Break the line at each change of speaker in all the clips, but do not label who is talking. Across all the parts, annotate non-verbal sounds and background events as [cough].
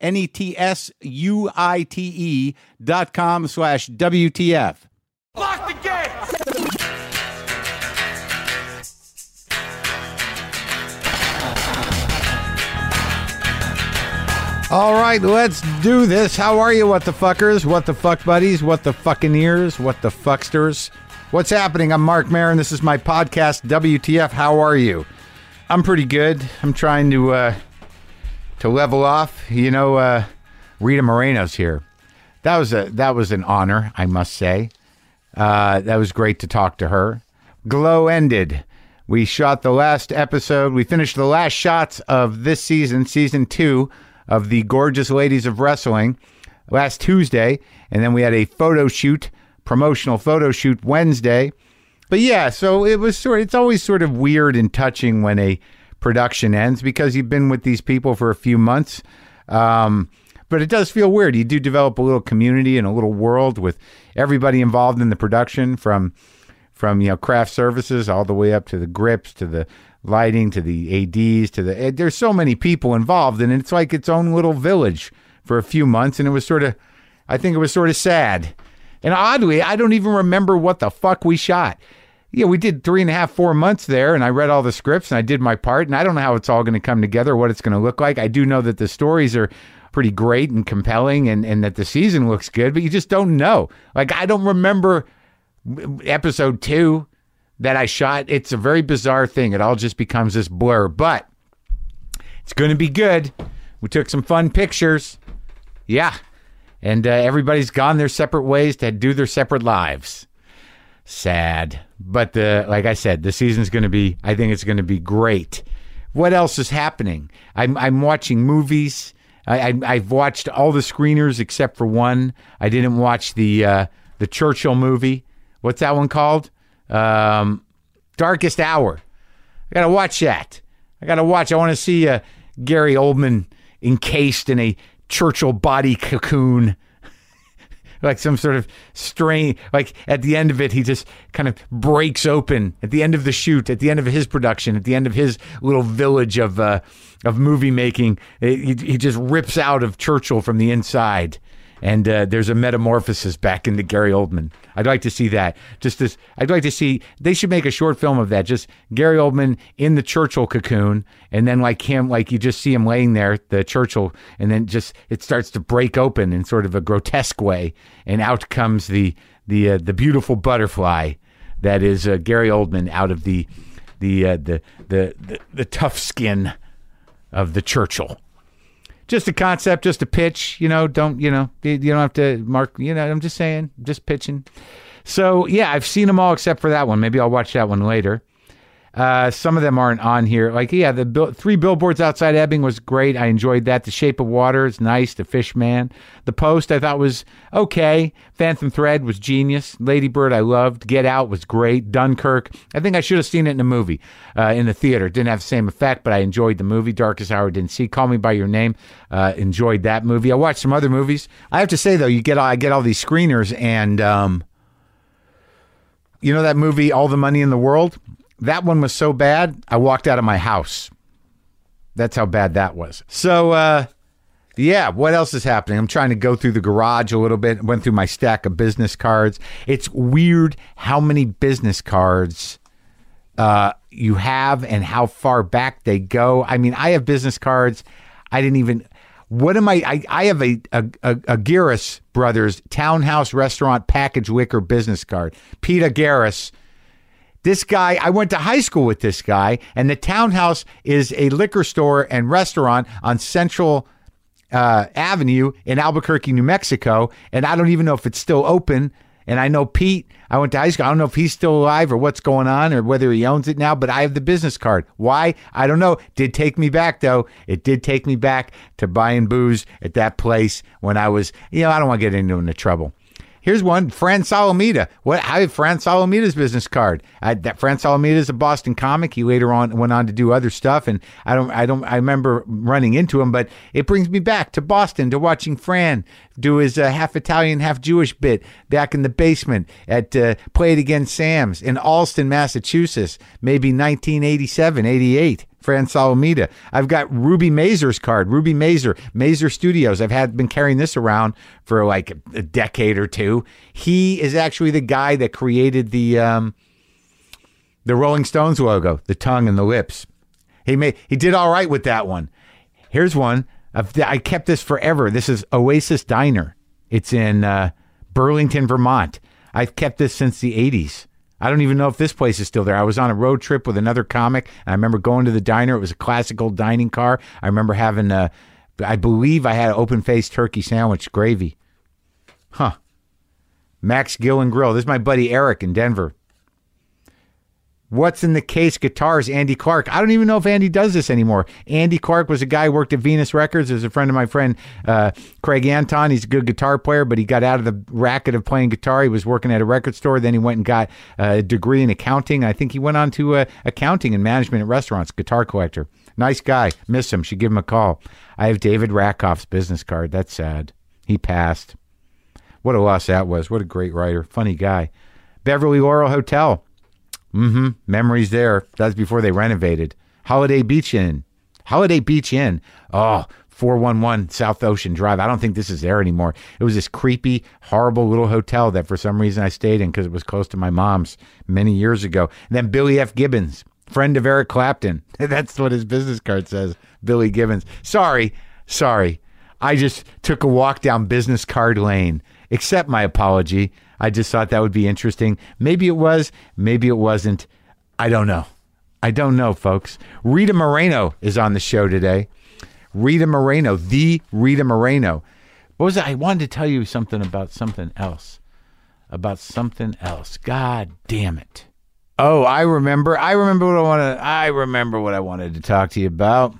N E T S U I T E dot com slash WTF.
Lock the gate!
All right, let's do this. How are you, what the fuckers? What the fuck buddies? What the fucking ears? What the fucksters? What's happening? I'm Mark Marin. This is my podcast, WTF. How are you? I'm pretty good. I'm trying to uh, to level off. You know, uh, Rita Moreno's here. That was a that was an honor, I must say. Uh, that was great to talk to her. Glow ended. We shot the last episode. We finished the last shots of this season, season two of the Gorgeous Ladies of Wrestling last Tuesday. And then we had a photo shoot, promotional photo shoot Wednesday. But yeah, so it was sort it's always sort of weird and touching when a production ends because you've been with these people for a few months. Um, but it does feel weird. You do develop a little community and a little world with everybody involved in the production from from you know craft services all the way up to the grips to the lighting to the ads to the eh, there's so many people involved and it's like its own little village for a few months and it was sort of i think it was sort of sad and oddly i don't even remember what the fuck we shot yeah we did three and a half four months there and i read all the scripts and i did my part and i don't know how it's all going to come together what it's going to look like i do know that the stories are pretty great and compelling and, and that the season looks good but you just don't know like i don't remember episode two that I shot. It's a very bizarre thing. It all just becomes this blur, but it's going to be good. We took some fun pictures. Yeah. And uh, everybody's gone their separate ways to do their separate lives. Sad. But the like I said, the season's going to be I think it's going to be great. What else is happening? I'm I'm watching movies. I, I I've watched all the screeners except for one. I didn't watch the uh, the Churchill movie. What's that one called? Um, Darkest Hour. I gotta watch that. I gotta watch. I want to see uh, Gary Oldman encased in a Churchill body cocoon, [laughs] like some sort of strain. Like at the end of it, he just kind of breaks open. At the end of the shoot, at the end of his production, at the end of his little village of uh, of movie making, he, he just rips out of Churchill from the inside. And uh, there's a metamorphosis back into Gary Oldman. I'd like to see that. Just this, I'd like to see. They should make a short film of that. Just Gary Oldman in the Churchill cocoon, and then like him, like you just see him laying there, the Churchill, and then just it starts to break open in sort of a grotesque way, and out comes the the uh, the beautiful butterfly that is uh, Gary Oldman out of the the, uh, the the the the tough skin of the Churchill just a concept, just a pitch. You know, don't you know? You you don't have to mark. You know, I'm just saying, just pitching. So yeah, I've seen them all except for that one. Maybe I'll watch that one later. Uh, some of them aren't on here. Like yeah, the bill, three billboards outside Ebbing was great. I enjoyed that. The Shape of Water is nice. The Fish Man, the Post I thought was okay. Phantom Thread was genius. Ladybird I loved. Get Out was great. Dunkirk I think I should have seen it in a movie, uh, in the theater. It didn't have the same effect, but I enjoyed the movie. Darkest Hour didn't see. Call Me by Your Name uh, enjoyed that movie. I watched some other movies. I have to say though, you get all, I get all these screeners and. um you know that movie all the money in the world that one was so bad i walked out of my house that's how bad that was so uh yeah what else is happening i'm trying to go through the garage a little bit went through my stack of business cards it's weird how many business cards uh, you have and how far back they go. I mean, I have business cards. I didn't even What am I? I, I have a, a, a, a Garris Brothers townhouse restaurant package wicker business card. Peter Garris. This guy, I went to high school with this guy, and the townhouse is a liquor store and restaurant on Central uh, Avenue in Albuquerque, New Mexico, and I don't even know if it's still open. And I know Pete, I went to high school. I don't know if he's still alive or what's going on or whether he owns it now, but I have the business card. Why? I don't know. Did take me back though. It did take me back to buying booze at that place when I was, you know, I don't want to get into any trouble. Here's one, Fran Salamita. What? I have Fran Salamita's business card. I, that Fran Salamita is a Boston comic. He later on went on to do other stuff, and I don't, I don't, I remember running into him, but it brings me back to Boston to watching Fran do his uh, half Italian, half Jewish bit back in the basement at uh, Play It Again Sam's in Alston, Massachusetts, maybe 1987, 88. Fran Salamita. I've got Ruby Mazer's card, Ruby Mazer, Mazer Studios. I've had been carrying this around for like a decade or two. He is actually the guy that created the um, the Rolling Stones logo, the tongue and the lips. He made he did all right with that one. Here's one. Of the, I kept this forever. This is Oasis Diner. It's in uh, Burlington, Vermont. I've kept this since the 80s. I don't even know if this place is still there. I was on a road trip with another comic. And I remember going to the diner. It was a classical dining car. I remember having a, I believe I had an open faced turkey sandwich gravy. Huh. Max Gill and Grill. This is my buddy Eric in Denver. What's in the case guitars? Andy Clark. I don't even know if Andy does this anymore. Andy Clark was a guy who worked at Venus Records. Is a friend of my friend uh, Craig Anton. He's a good guitar player, but he got out of the racket of playing guitar. He was working at a record store. Then he went and got a degree in accounting. I think he went on to uh, accounting and management at restaurants. Guitar collector. Nice guy. Miss him. Should give him a call. I have David Rakoff's business card. That's sad. He passed. What a loss that was. What a great writer. Funny guy. Beverly Laurel Hotel. Mm-hmm. Memories there. That's before they renovated. Holiday Beach Inn. Holiday Beach Inn. Oh, 411 South Ocean Drive. I don't think this is there anymore. It was this creepy, horrible little hotel that for some reason I stayed in because it was close to my mom's many years ago. And then Billy F. Gibbons, friend of Eric Clapton. [laughs] That's what his business card says. Billy Gibbons. Sorry. Sorry. I just took a walk down business card lane. Accept my apology. I just thought that would be interesting. Maybe it was, maybe it wasn't. I don't know. I don't know, folks. Rita Moreno is on the show today. Rita Moreno, the Rita Moreno. What was it? I wanted to tell you something about something else. About something else. God damn it. Oh, I remember. I remember what I wanted. I remember what I wanted to talk to you about.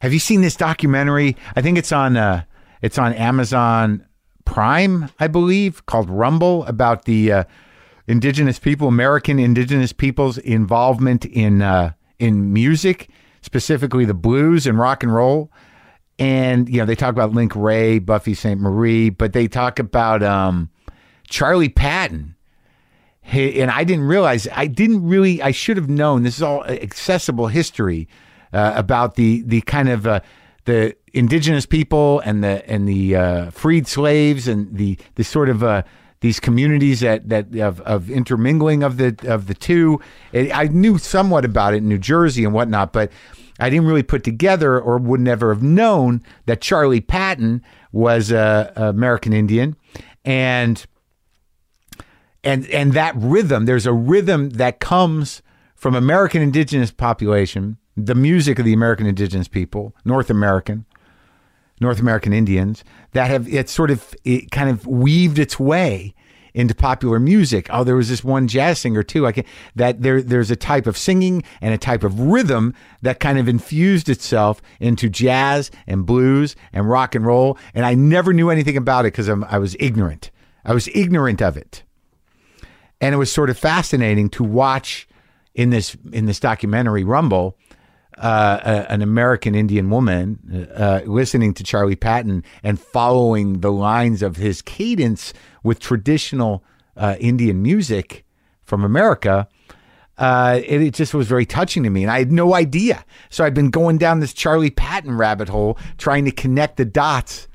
Have you seen this documentary? I think it's on uh, it's on Amazon Prime, I believe, called Rumble about the uh, indigenous people, American indigenous people's involvement in uh, in music, specifically the blues and rock and roll. And you know, they talk about Link Ray, Buffy St. Marie, but they talk about um, Charlie Patton. He, and I didn't realize, I didn't really, I should have known. This is all accessible history uh, about the the kind of uh, the indigenous people and the and the uh, freed slaves and the the sort of uh, these communities that that of, of intermingling of the of the two. It, I knew somewhat about it in New Jersey and whatnot, but I didn't really put together or would never have known that Charlie Patton was a, a American Indian and. And, and that rhythm, there's a rhythm that comes from American indigenous population, the music of the American indigenous people, North American, North American Indians that have it sort of it kind of weaved its way into popular music. Oh, there was this one jazz singer too. I can that there there's a type of singing and a type of rhythm that kind of infused itself into jazz and blues and rock and roll. And I never knew anything about it because I was ignorant. I was ignorant of it, and it was sort of fascinating to watch in this in this documentary Rumble. Uh, a, an American Indian woman uh, listening to Charlie Patton and following the lines of his cadence with traditional uh, Indian music from America. uh, It, it, just was very touching to me, and I had no idea. So I've been going down this Charlie Patton rabbit hole, trying to connect the dots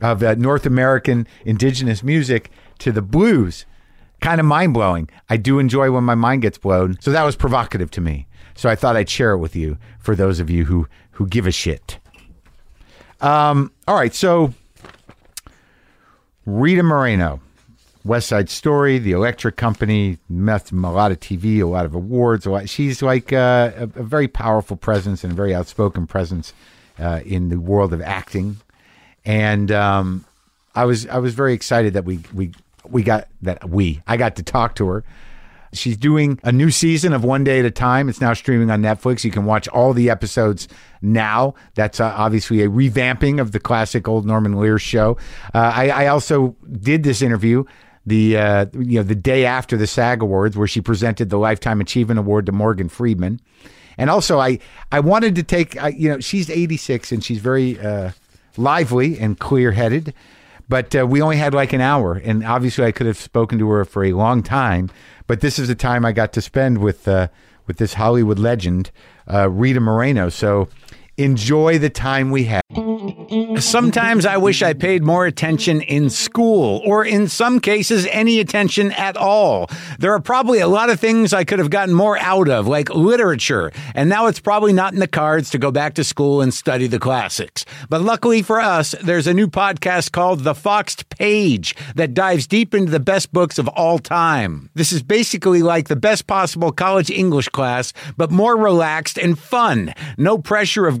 of uh, North American indigenous music to the blues. Kind of mind blowing. I do enjoy when my mind gets blown. So that was provocative to me. So I thought I'd share it with you for those of you who who give a shit. Um, all right, so Rita Moreno, West Side Story, The Electric Company, meth, a lot of TV, a lot of awards. A lot, she's like uh, a, a very powerful presence and a very outspoken presence uh, in the world of acting. And um, I was I was very excited that we we we got that we I got to talk to her. She's doing a new season of One Day at a Time. It's now streaming on Netflix. You can watch all the episodes now. That's uh, obviously a revamping of the classic old Norman Lear show. Uh, I, I also did this interview the uh, you know the day after the SAG Awards, where she presented the Lifetime Achievement Award to Morgan Freeman. And also, I I wanted to take I, you know she's 86 and she's very uh, lively and clear headed. But uh, we only had like an hour, and obviously I could have spoken to her for a long time. But this is the time I got to spend with uh, with this Hollywood legend, uh, Rita Moreno. So enjoy the time we had. Sometimes I wish I paid more attention in school, or in some cases, any attention at all. There are probably a lot of things I could have gotten more out of, like literature, and now it's probably not in the cards to go back to school and study the classics. But luckily for us, there's a new podcast called The Foxed Page that dives deep into the best books of all time. This is basically like the best possible college English class, but more relaxed and fun. No pressure of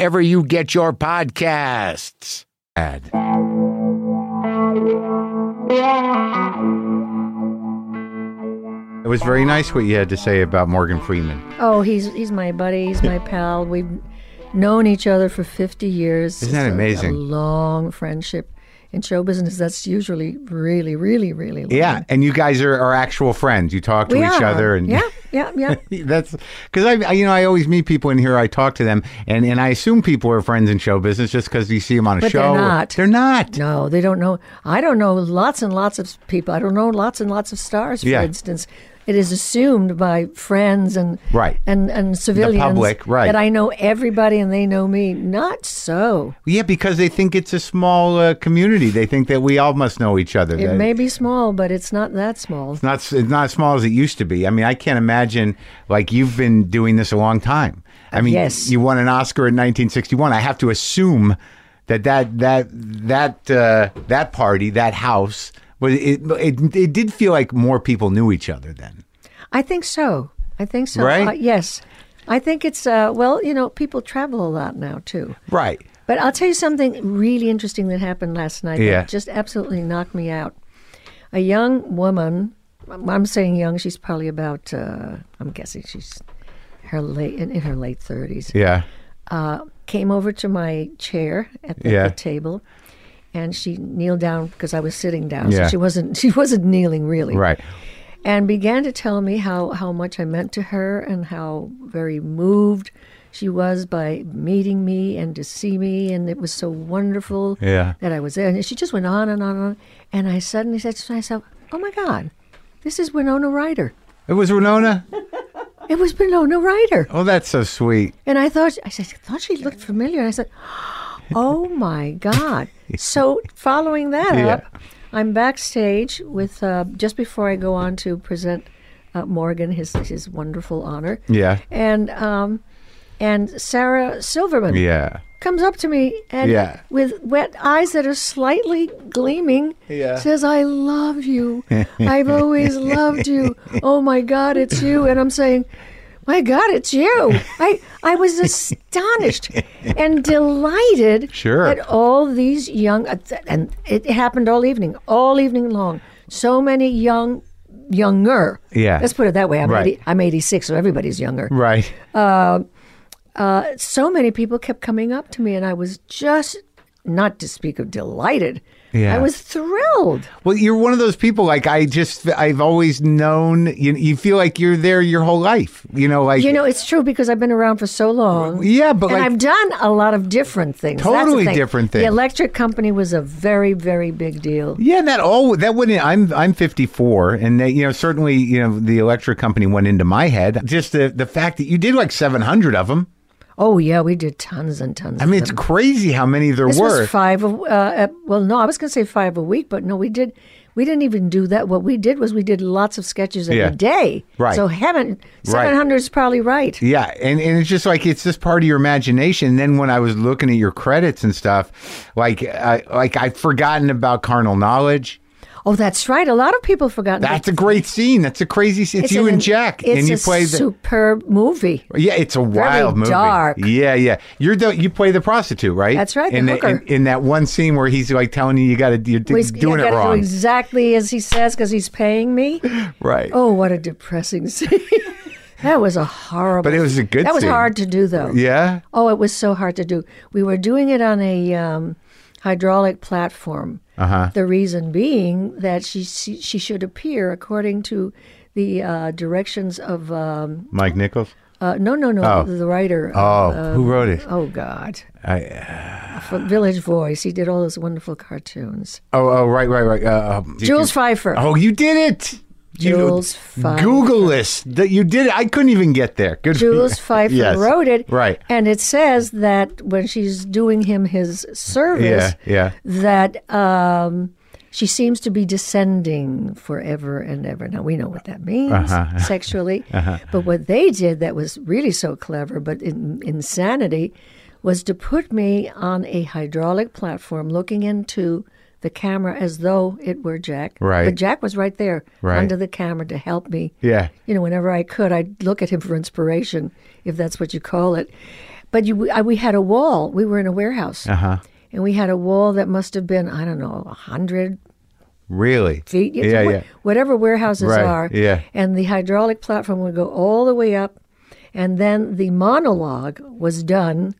you get your podcasts. Ad. It was very nice what you had to say about Morgan Freeman.
Oh, he's he's my buddy. He's
[laughs]
my pal. We've known each other for 50 years.
Isn't that
It's a-
amazing?
A long friendship in show business. That's usually really, really, really long.
Yeah, and you guys are, are actual friends. You talk to
we
each
are.
other, and
yeah, yeah, yeah.
[laughs] That's because I, I- you know, I always meet people in here. I talk to them, and, and I assume people are friends in show business just because you see them on a
But they're
show.
not.
They're not.
No, they don't know. I don't know lots and lots of people. I don't know lots and lots of stars. For
Yeah.
instance, it is assumed by friends and
Right.
and and civilians
public, right.
that I know everybody and they know me. Not so.
Yeah, because they think it's a small uh, community. They think that we all must know each other.
It
that-
may be small, but it's not that small.
It's not it's not as small as it used to be. I mean, I can't imagine like you've been doing this a long time. I mean,
Yes.
you won an Oscar in 1961. I have to assume that that that that uh, that party, that house, was it, it it did feel like more people knew each other then.
I think so. I think so.
Right?
Uh, yes. I think it's, uh, well, you know, people travel a lot now too.
Right.
But I'll tell you something really interesting that happened last night
Yeah.
that just absolutely knocked me out. A young woman, I'm saying young, she's probably about, uh, I'm guessing she's her late in, in her late 30s,
Yeah.
uh, came over to my chair at the,
Yeah.
the table. And she kneeled down because I was sitting down,
Yeah.
so she wasn't. [laughs] She wasn't kneeling really
Right.
and began to tell me how, how much I meant to her and how very moved she was by meeting me and to see me and it was so wonderful
Yeah.
that I was there. And she just went on and on and on and I suddenly said to myself, Oh my God, this is Winona Ryder.
It was Renona.
It was Winona Ryder.
Oh, that's so sweet.
And I thought I said, I thought she looked familiar. And I said, Oh my God. so following that
Yeah.
up, I'm backstage with uh, just before I go on to present uh, Morgan his his wonderful honor.
Yeah.
And um, and Sarah Silverman
Yeah.
comes up to me and
Yeah.
with wet eyes that are slightly gleaming
Yeah.
says i love you
[laughs]
i've always loved you oh my god it's you and i'm saying my god it's you i i was astonished
[laughs]
and delighted
Sure.
at all these young and it happened all evening all evening long so many young younger
Yeah.
let's put it that way i'm,
Right.
80, I'm 86 so everybody's younger
Right.
so many people kept coming up to me, and I was just not to speak of delighted.
Yeah.
I was thrilled.
Well, you're one of those people. Like I just, I've always known. You, you feel like you're there your whole life. You know, like
You know, it's true because I've been around for so long.
Yeah, but
and
like-
I've done a lot of different things. That's the
Totally
thing.
different
The
things.
electric company was a very, very big deal.
Yeah, and that all that went in. I'm I'm 54, and they, you know certainly you know the electric company went into my head. Just the the fact that you did like 700 of them.
Oh yeah, we did tons and tons.
I mean,
of
it's
them.
crazy how many there
this
were.
was five. A, uh, uh, well, no, I was going to say five a week, but no, we did. We didn't even do that. What we did was we did lots of sketches every
Yeah.
day.
Right.
So heaven,
Right.
seven hundred is probably right.
Yeah, and, and it's just like it's just part of your imagination. And then when I was looking at your credits and stuff, like I like I'd forgotten about carnal knowledge.
Oh, that's right. A lot of people forgot.
That's a great scene. That's a crazy. Scene. It's, you
an-
and Jack,
It's
and you
a
play the.
superb movie.
Yeah, it's a wild movie.
dark.
Yeah, yeah. You're the you play the prostitute, right?
That's right, the
in,
hooker.
in, in that one scene where he's like telling you you got to you're d-
He's
doing
I
it
gotta
wrong,
Do exactly as he says because he's paying me.
right?
Oh, what a depressing [laughs] scene. that was a horrible.
But it was a good
That was
scene.
hard to do though.
Yeah,
Oh, it was so hard to do. We were doing it on a um, hydraulic platform.
Uh-huh.
The reason being that she she, she should appear according to the uh, directions of um,
Mike Nichols.
uh, no no no
Oh.
the writer.
Oh, who wrote it?
Oh God.
I-
For Village Voice. He did all those wonderful cartoons.
Oh, oh, right, right, right. Uh, um,
Jules Pfeiffer.
Oh, [laughs] you did it. You-
Jules Pfeiffer.
Google this. That you did it. I couldn't even get there. Good. for you.
Jules Pfeiffer
Yes.
wrote it.
Right.
And it says that when she's doing him his service,
Yeah, yeah.
that um, she seems to be descending forever and ever. Now, we know what that means
Uh-huh. [laughs]
sexually. But what they did that was really so clever, but in, insanity, was to put me on a hydraulic platform looking into the camera as though it were Jack.
Right.
But Jack was right there
Right.
under the camera to help me
Yeah.
you know, whenever I could, I'd look at him for inspiration, if that's what you call it. But you, I, we had a wall. We were in a warehouse,
Uh-huh.
and we had a wall that must have been I don't know a hundred
Really.
feet. It's
Yeah,
wha-
yeah.
Whatever warehouses
Right,
are.
yeah.
And the hydraulic platform would go all the way up, and then the monologue was done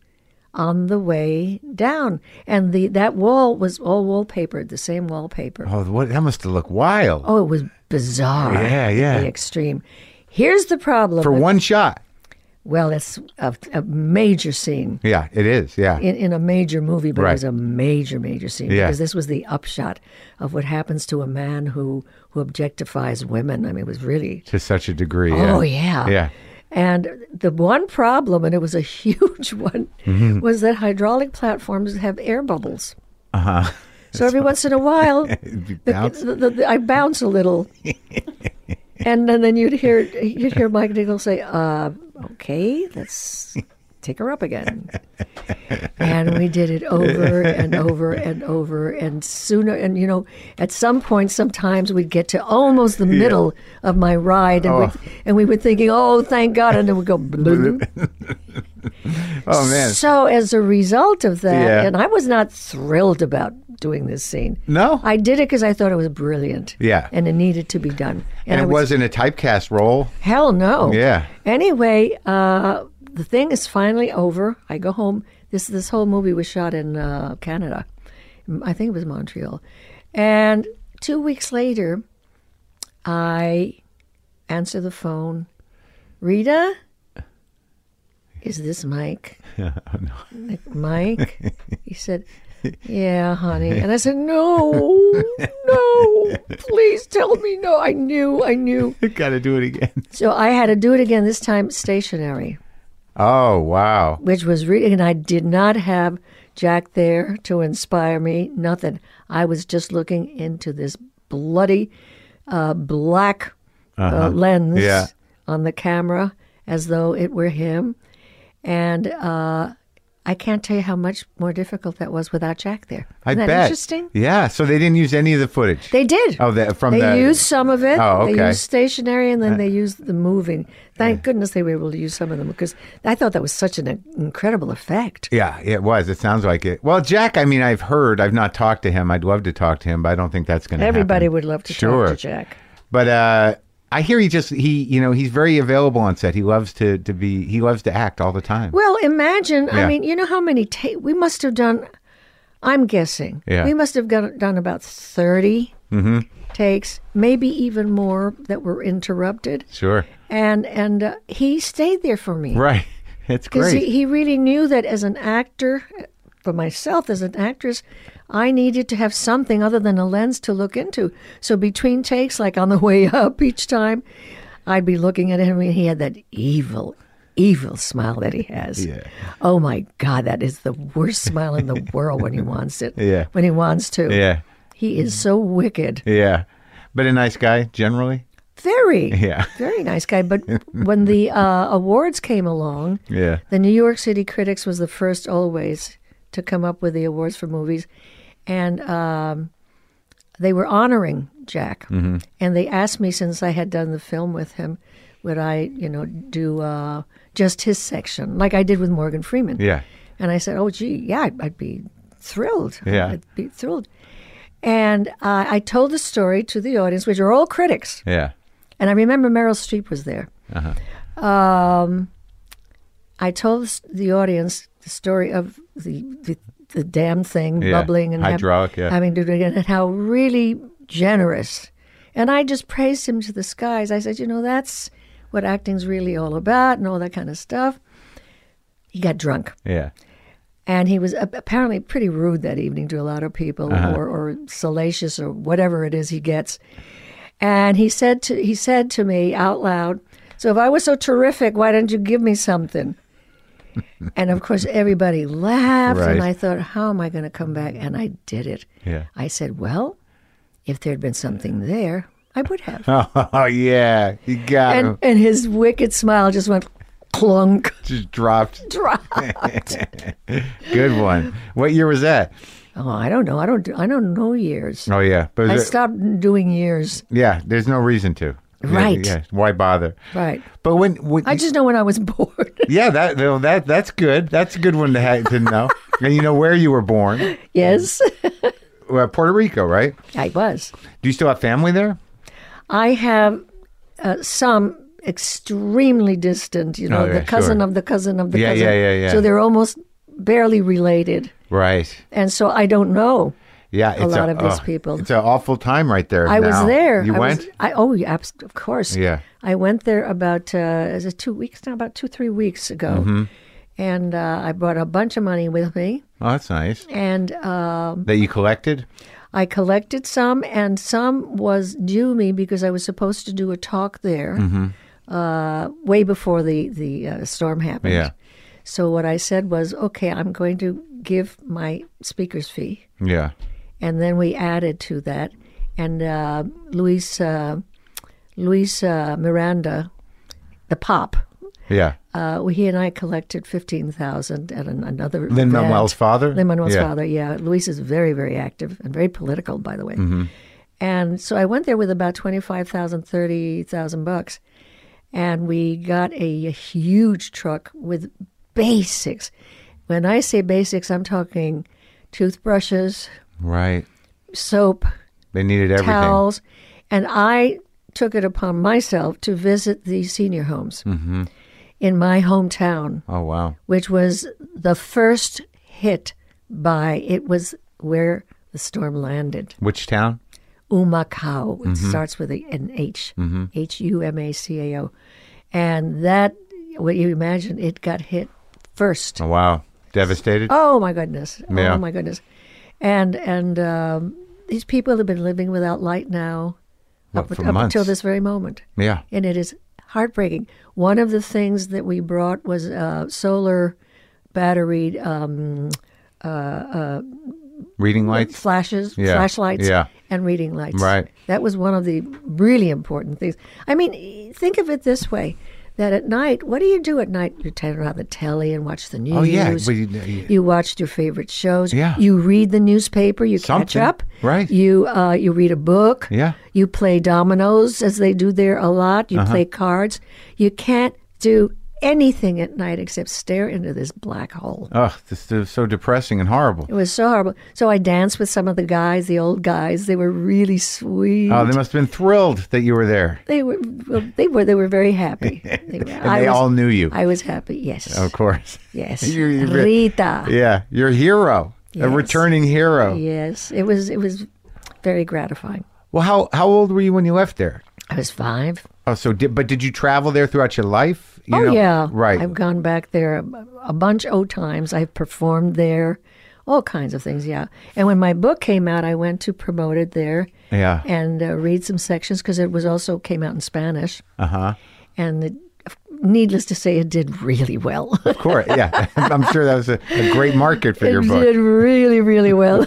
on the way down, and the that wall was all wallpapered, the same wallpaper.
Oh, what that must have looked wild
Oh, it was bizarre.
Yeah,
at
yeah.
The extreme. Here's the problem
for
with
one shot.
well, it's a, a major scene
Yeah, it is. Yeah.
in, in a major movie, but
Right.
it was a major, major scene
Yeah.
because this was the upshot of what happens to a man who who objectifies women. I mean, it was really
to such a degree.
oh yeah,
Yeah.
And the one problem, and it was a [laughs] huge one,
Mm-hmm.
was that hydraulic platforms have air bubbles. Uh huh.
Uh-huh.
So
[laughs]
every once in a while,
You
the,
bounce?
the, the, I bounce a
[laughs]
little, and, then then you'd hear you'd hear Mike Nichols say, uh, "Okay, let's take her up again." And we did it over and over and over, and sooner and you know, at some point, sometimes we'd get to almost the middle of my ride, and we'd, and we were thinking, "Oh, thank God!" And
[laughs]
then we would go. bloop.
Oh man.
So as a result of that,
Yeah.
and I was not thrilled about doing this scene.
No.
I did it because I thought it was brilliant.
Yeah.
And it needed to be done.
and
I
it
was-
wasn't a typecast [laughs] role.
Hell no.
Yeah.
Anyway, uh, the thing is finally over. I go home. This this whole movie was shot in uh, Canada. I think it was Montreal. And two weeks later, I answer the phone. Rita, is this Mike?
[laughs]
Like, Mike? He said, Yeah, honey. And I said, No, no, please tell me no. I knew, I knew.
Got to do it again.
So I had to do it again, this time stationary,
Oh wow.
which was really, and I did not have Jack there to inspire me, nothing. I was just looking into this bloody uh, black uh lens
Uh-huh. Yeah.
on the camera as though it were him. And uh, I can't tell you how much more difficult that was without Jack there.
I
Isn't that
bet.
interesting?
Yeah. So they didn't use any of the footage.
They did.
Oh, the- from
they
the-
used some of it.
Oh,
They
okay. Uh,
used stationary, and then they used the moving. Thank goodness they were able to use some of them because I thought that was such an incredible effect.
yeah, it was. It sounds like it. Well, Jack. I mean, I've heard. I've not talked to him. I'd love to talk to him, but I don't think that's going to.
Everybody would love to
sure.
talk to Jack.
But uh, I hear he just he you know he's very available on set. He loves to to be he loves to act all the time.
Well, imagine.
Yeah.
I mean, you know how many ta- we must have done. I'm guessing.
Yeah. Mm-hmm.
We must have got, done about 30 takes, maybe even more that were interrupted.
Sure. [laughs]
And and uh, he stayed there for me.
Right. It's
Because
great.
he, he really knew that as an actor, for myself as an actress, I needed to have something other than a lens to look into. So between takes, like on the [laughs] way up each time, I'd be looking at him and he had that evil, evil smile that he has.
Yeah.
Oh my God, that is the worst smile in
[laughs]
the world when he wants it.
Yeah.
When he wants to.
yeah.
He is so wicked.
Yeah. But a nice guy generally. [laughs]
Very.
Yeah.
Very nice
[laughs]
guy. But when the uh, awards came along,
Yeah.
the New York City Critics was the first always to come up with the awards for movies, and um, they were honoring Jack.
Mm-hmm.
And they asked me since I had done the film with him, would I, you know, do uh, just his section like I did with Morgan Freeman?
Yeah.
And I said, "Oh, gee, yeah, I'd, I'd be thrilled.
Yeah.
I'd be thrilled." And uh, I told the story to the audience, which are all critics.
Yeah.
And I remember Meryl Streep was there. Um,
Uh-huh.
I told s- the audience the story of the the, the damn thing
Yeah,
bubbling and hap-
hydraulic, yeah.
having to do it again, and how really generous. And I just praised him to the skies. I said, you know, that's what acting's really all about, and all that kind of stuff. He got drunk.
Yeah.
And he was ap- apparently pretty rude that evening to a lot of people, or, or salacious, or whatever it is he gets. And he said to he said to me out loud, "So if I was so terrific, why didn't you give me something?" and of course, everybody laughed,
Right.
and I thought, "How am I going to come back?" And I did it.
Yeah.
I said, "Well, if there had been something there, I would have."
[laughs] [laughs] Oh yeah. You got
and
him.
and his wicked smile just went clunk [laughs]
Just dropped.
drop.
Good one. What year was that?
oh, I don't know. I don't. do- I don't know years.
Oh yeah. But
I
was it-
stopped doing years.
yeah, there's no reason to. Yeah,
Right.
Yeah. Why bother?
Right.
But when, when
I just know when I was [laughs] bored.
yeah, that no, that that's good. That's a good one to ha- to
[laughs]
know. and you know where you were born?
yes,
Uh, Puerto Rico, right?
I was.
Do you still have family there?
I have uh, some extremely distant, you know,
Oh, yeah,
the cousin
sure.
of the cousin of the
Yeah,
cousin.
yeah, yeah, yeah.
So they're almost barely related.
Right.
And so I don't know.
Yeah, it's
lot of these
oh,
people.
It's an awful time right there.
I
now.
was there.
You
I
went?
Was, I oh yeah, abs- of course.
Yeah.
I went there about uh, is it two weeks now? About two three weeks ago,
Mm-hmm.
and uh, I brought a bunch of money with me,
Oh, that's nice.
and um,
That you collected?
I collected some, and some was due me because I was supposed to do a talk there uh, way before the the uh, storm happened.
Yeah.
So what I said was, okay, I'm going to give my speaker's fee,
Yeah.
and then we added to that, and uh, Luis uh, Luis uh, Miranda, the pop.
Yeah.
Uh, he and I collected fifteen thousand at an, another.
Lin
event.
Manuel's father?
Lin Manuel's
Yeah.
father, yeah. Luis is very, very active and very political, by the way.
Mm-hmm.
And so I went there with about 25,000, 30,000 bucks. And we got a, huge truck with basics. When I say basics, I'm talking toothbrushes,
Right.
soap,
They needed everything.
towels. And I took it upon myself to visit the senior homes
Mm-hmm.
in my hometown
Oh, wow.
which was the first hit by it was where the storm landed.
Which town?
Umacao. It
Mm-hmm.
starts with a- an H. H U M A C A O. And that, what you imagine, it got hit first.
Oh, wow. Devastated?
Oh my goodness!
Yeah.
Oh my goodness! And and um, these people have been living without light now,
What,
up,
for
up
months?
until this very moment
Yeah.
and it is heartbreaking. One of the things that we brought was uh, solar battery um,
Reading lights?
flashes,
Yeah,
flashlights,
yeah.
and reading lights.
Right.
That was one of the really important things. I mean, think of it this way: that at night, what do you do at night? You turn around the telly and watch the news.
Oh, yeah. But you- you-
You watched your favorite shows.
Yeah.
You read the newspaper. You catch
Something.
up.
Right.
You uh, you read a book.
Yeah.
You play dominoes as they do there a lot. You
Uh-huh.
play cards. You can't do anything at night except stare into this black hole.
Ugh, this is so depressing and horrible.
It was so horrible. So I danced with some of the guys, the old guys. They were really sweet.
Oh, they must have been thrilled that you were there.
they were well, they were they were very
[laughs]
happy. They were.
And they all knew you,
[laughs] I was happy. Yes.
of course.
Yes.
You- you-
Rita.
Yeah, you're a hero. a returning hero.
Yes, it was. It was very gratifying.
Well, how how old were you when you left there?
I was five.
Oh, so did but did you travel there throughout your life? You
oh
know-
yeah,
right.
I've gone back there a, a bunch of times. I've performed there, all kinds of things. Yeah, and when my book came out, I went to promote it there
yeah,
and uh, read some sections because it was also came out in Spanish.
uh huh.
And it, needless to say, it did really well.
Of course,
[laughs]
yeah. I'm sure that was a, a great market [laughs] for your
it
book.
did really,
[laughs]
really well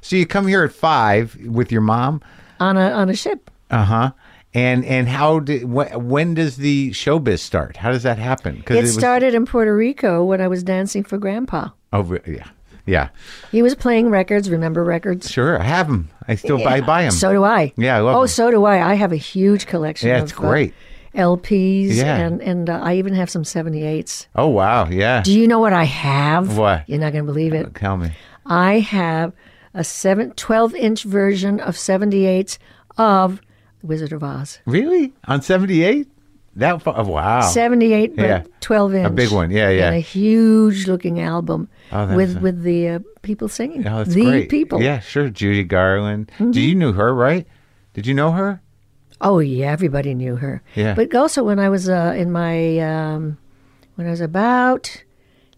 So you come here at five with your mom,
on a on a ship.
uh huh. And and how did wh- when does the showbiz start? How does that happen? Because
It, started in Puerto Rico when I was dancing for Grandpa.
over. Yeah, yeah.
He was playing records. Remember records?
Sure, I have them. I still buy buy them.
So do I.
Mm. Yeah, I love
oh,
'em.
so do I. I have a huge collection.
Yeah,
of,
it's great.
Uh, LPs
Yeah.
and and uh, I even have some 78s.
oh wow, yeah.
Do you know what I have?
What? Uh-huh.
You're not going to believe it.
Tell me.
I have a seven, 12 inch version of 78s of Wizard of Oz.
Really? On 78? That far? oh, wow.
78 but
Yeah.
12 inch.
big one. Yeah, yeah.
And a huge looking album
Oh, that's
with
a-
with the uh, people singing.
oh, that's
the
great.
people. Mm-hmm.
Yeah, sure. Judy Garland. Do you knew her, right? Did you know her?
Oh yeah, everybody knew her.
Yeah.
But also when I was uh, in my um, when I was about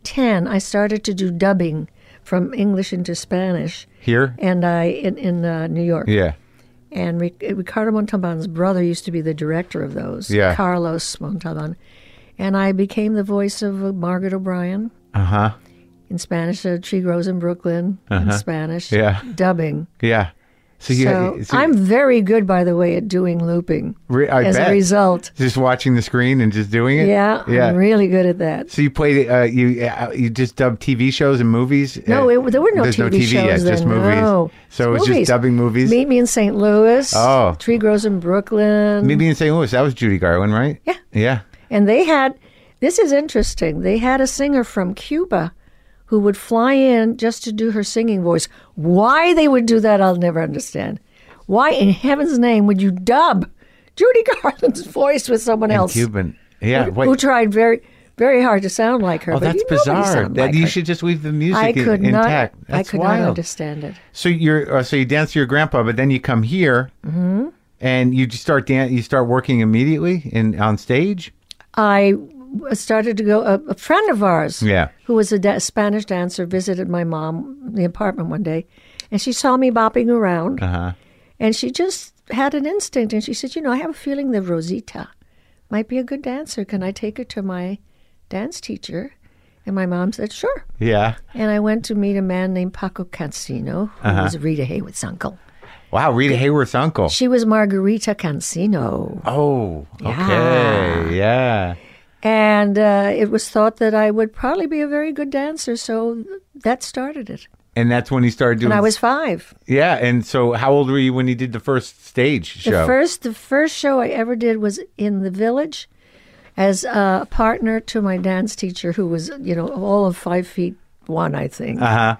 10, I started to do dubbing from English into Spanish
Here?
and I in in uh, New York.
Yeah.
And Ric- Ricardo Montalban's brother used to be the director of those,
Yeah.
Carlos Montalban. And I became the voice of uh, Margaret O'Brien
Uh huh.
in Spanish, uh, Tree Grows in Brooklyn in Spanish,
Uh-huh. Yeah.
dubbing.
Yeah. So you,
So
so
I'm very good, by the way, at doing looping
Re- I
as
bet.
a result.
just watching the screen and just doing it.
Yeah,
Yeah.
I'm really good at that.
so you played uh, you uh, you just dubbed TV shows and movies.
No,
Uh,
it, there were no
there's
TV,
no TV
shows
yet,
then.
just movies.
No.
So it was just dubbing movies.
Meet Me in St. Louis.
Oh.
Tree Grows in Brooklyn.
Maybe in St. Louis, that was Judy Garland, right?
Yeah.
Yeah.
And they had, this is interesting, they had a singer from Cuba who would fly in just to do her singing voice. Why they would do that, I'll never understand. Why in heaven's name would you dub Judy [laughs] Garland's voice with someone else
Cuban. Yeah.
who tried very, very hard to sound like her?
Oh,
but
that's
you nobody
bizarre.
sound
That
like
you
her.
should just leave the music
I
in-
could not.
intact.
I
That's
could
wild.
not understand it.
So you're uh, so you dance to your grandpa, but then you come here
Mm-hmm.
and you just start dan- you start working immediately in on stage.
I w- started to go. A, a friend of ours,
Yeah.
who was a da- Spanish dancer, visited my mom in the apartment one day, and she saw me bopping around,
Uh-huh.
and she just had an instinct, and she said, "You know, I have a feeling that Rosita might be a good dancer. Can I take her to my dance teacher?" And my mom said, "Sure."
Yeah.
And I went to meet a man named Paco Cancino, who
Uh-huh.
was Rita Hayworth's uncle.
Wow. Rita Hayworth's uncle.
She was Margarita Cancino.
Oh. Okay. Yeah.
And uh, it was thought that I would probably be a very good dancer, so that started it.
And that's when you started doing.
And I was five.
Yeah. And so, how old were you when you did the first stage
The
show?
first, the first show I ever did was in the village, as a partner to my dance teacher, who was, you know, all of five feet one, I think.
Uh huh.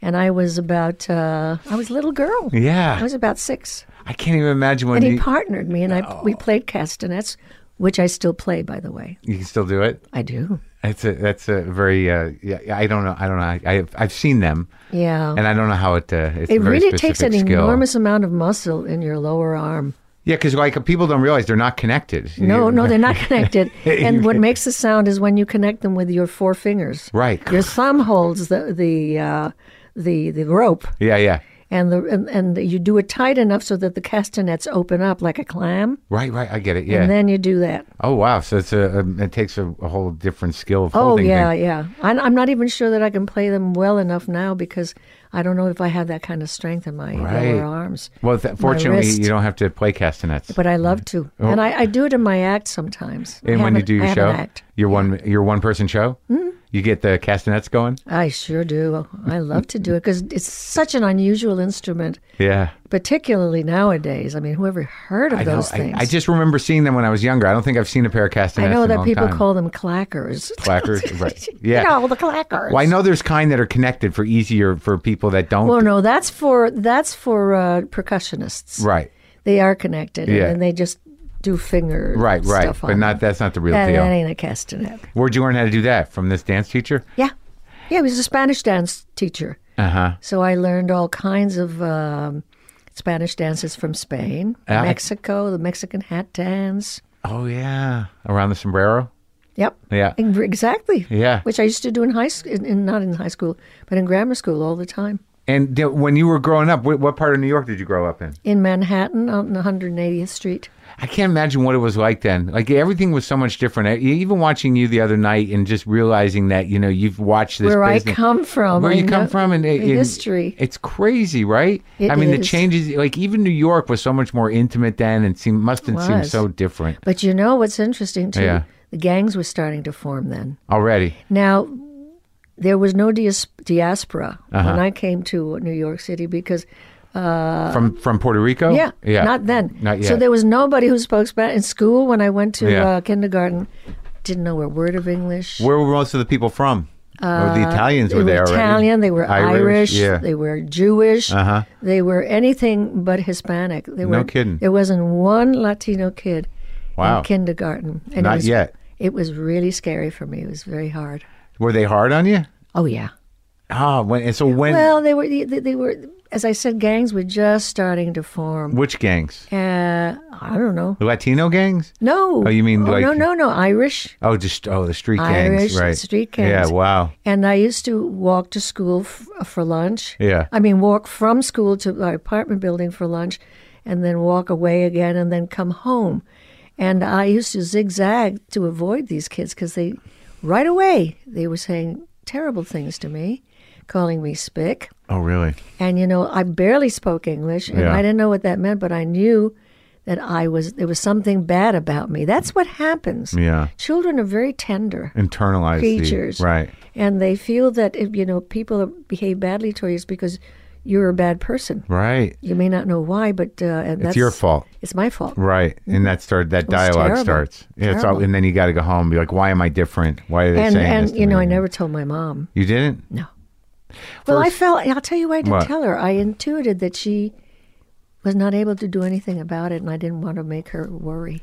And I was about, uh, I was a little girl.
Yeah.
I was about six,
I can't even imagine when
and
you, Oh.
he partnered me, and I we played castanets, which I still play, by the way.
you can still do it.
I do.
That's a that's a very uh, yeah. I don't know. I don't know. I, I I've seen them,
Yeah.
and I don't know how it. Uh, it's a
it
very
really takes an
specific skill.
enormous amount of muscle in your lower arm.
Yeah, because like people don't realize they're not connected.
No,
You-
no, they're
[laughs]
not connected. and what makes the sound is when you connect them with your four fingers.
Right.
Your thumb holds the the uh, the the rope,
Yeah, yeah.
and the and, and you do it tight enough so that the castanets open up like a clam,
Right, right. I get it. Yeah.
and then you do that.
oh wow. So it's a, a it takes a, a whole different skill of
Oh
holding.
yeah,
things.
yeah. I'm, I'm not even sure that I can play them well enough now because I don't know if I have that kind of strength in my
Right.
lower arms.
Well, th- fortunately,
wrist.
you don't have to play castanets.
But I love to, and I, I do it in my act sometimes. I
Oh. and when
have
you
an-
do your
I have
show,
an act.
your one your one person show,
Mm-hmm.
you get the castanets going.
I sure do. I love to do it because it's such an unusual instrument,
Yeah.
particularly nowadays. I mean, whoever heard of
I, know.
those
I-
things?
I, just remember seeing them when I was younger. I don't think I've seen a pair of
I
castanets.
know
in a
that
long
people
time.
call them clackers.
[laughs] clackers.
[laughs]
right. Yeah.
You know, the clackers.
Well, I know there's kind that are connected for easier for people that don't.
Well, no, that's for that's for uh, percussionists.
Right.
They are connected,
Yeah.
and then they just do finger
Right. Right.
stuff on
but not
them.
that's not the real
That,
deal.
that ain't a castanet.
Where'd you learn how to do that from this dance teacher?
Yeah. Yeah, he was a Spanish dance teacher.
Uh huh.
So I learned all kinds of um, Spanish dances from Spain,
Yeah, I-
Mexico, the Mexican hat dance.
Oh yeah, around the sombrero.
Yep.
Yeah.
Ex- Exactly.
Yeah.
Which I used to do in high school, in, in, not in high school, but in grammar school all the time.
And d- when you were growing up, wh- what part of New York did you grow up in?
In Manhattan, on 180th Street.
I can't imagine what it was like then. Like everything was so much different. I- Even watching you the other night and just realizing that you know you've watched this.
where
business-
I come from.
Where
I
you come
know
from and,
the
and-
history.
It's crazy, right?
It
I mean, the
is.
changes. Like even New York was so much more intimate then, and seemed must have seemed
Was.
so different
But you know what's interesting too?
Yeah.
The gangs were starting to form then.
already.
Now, there was no dias- diaspora
Uh-huh.
when I came to New York City because
from from Puerto Rico.
Uh, yeah,
Oh, yeah.
not then.
Not yet.
So there was nobody who spoke Spanish in school when I went to
Yeah.
uh, kindergarten. Didn't know a word of English.
Where were most of the people from? oh, the Italians were
Uh, they were
there. already.
Italian. They were Irish.
yeah.
They were Jewish.
Uh-huh.
They were anything but Hispanic. They
No
were,
kidding.
There wasn't one Latino kid
Wow.
in kindergarten. And
Not
it was,
yet.
It was really scary for me. It was very hard.
were they hard on you?
Oh yeah.
Ah, when and so when?
Well, they were. They, they were. As I said, gangs were just starting to form.
which gangs?
Uh, I don't know.
The Latino gangs?
No.
Oh, you mean like-
no, no, no. Irish.
Oh, just oh the street gangs,
Irish
right?
street
Yeah.
gangs.
Wow.
And I used to walk to school f- uh, for lunch.
Yeah.
I mean, walk from school to our apartment building for lunch and then walk away again and then come home. And I used to zigzag to avoid these kids because they, right away, they were saying terrible things to me, calling me spick.
Oh, really?
And, you know, I barely spoke English and
Yeah.
I didn't know what that meant, but I knew that I was, there was something bad about me. That's what happens.
Yeah.
Children are very tender
Internalized the-
creatures,
right?
And they feel that if you know people behave badly towards you, it's because you're a bad person.
Right.
You may not know why, but uh, and that's
it's your fault.
It's my fault.
Right, and that started. That
was
dialogue
terrible.
starts. Yeah, it's all,
Terrible.
and then you got to go home and be like, "Why am I different? Why are they
And
saying this?"
and
to
you know,
me?
I never told my mom.
You didn't.
No. well, I
First-
felt. I'll tell you why I didn't
What?
tell her. I intuited that she was not able to do anything about it, and I didn't want to make her worry.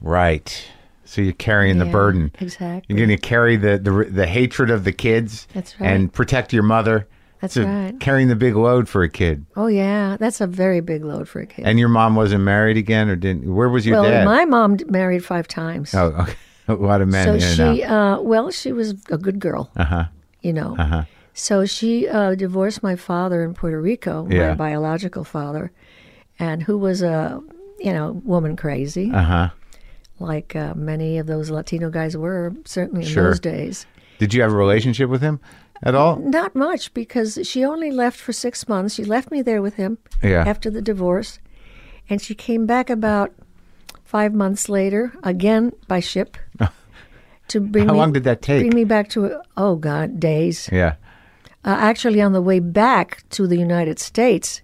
Right. So you're carrying the
Yeah,
burden.
exactly.
You're going to carry the, the the hatred of the kids.
That's right.
And protect your mother.
That's
So
right.
Carrying the big load for a kid.
Oh yeah, that's a very big load for a kid.
e- And your mom wasn't married again, or didn't? Where was your
well,
dad?
my mom d- married five times.
oh, okay. [laughs] a lot of men.
so
in and Uh-huh.
she,
out.
uh, well, she was a good girl. Uh huh. You know. Uh huh. So she uh, divorced my father in Puerto Rico,
Yeah.
my biological father, and who was a, you know, woman crazy,
Uh-huh.
like uh, many of those Latino guys were certainly in
Sure.
those days.
Did you have a relationship with him at all?
Not much because she only left for six months. She left me there with him
Yeah.
after the divorce, and she came back about five months later again by ship
[laughs]
to bring.
How
me,
long did that take?
Bring me back to oh god days.
Yeah.
Uh, actually, on the way back to the United States,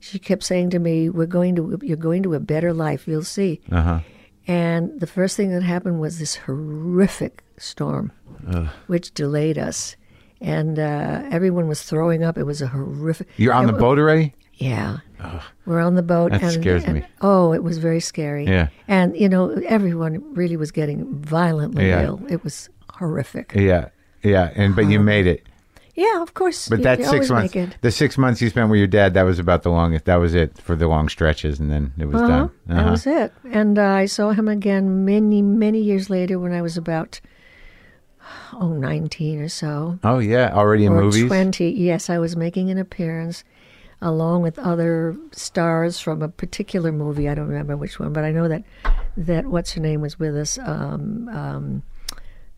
she kept saying to me, "We're going to you're going to a better life. You'll see."
Uh-huh.
And the first thing that happened was this horrific storm, which delayed us, and uh, everyone was throwing up. It was a horrific.
You're on the boat already.
Yeah. We're on the boat.
That
and,
scares
and-
me.
Oh, it was very scary.
Yeah.
And, you know, everyone really was getting violently
Yeah.
ill. It was horrific.
Yeah. Yeah. And but you made it.
yeah, of course.
But
you,
that
you
six
Um,
months,
always Make it.
the six months you spent with your dad, that was about the longest. That was it for the long stretches, and then it was
Uh-huh.
done.
That was it. And uh, I saw him again many, many years later when I was about, oh, 19 or so.
Oh yeah, already in
or
movies.
20. Yes, I was making an appearance along with other stars from a particular movie. I don't remember which one, but I know that, that what's her name was with us. Um, um,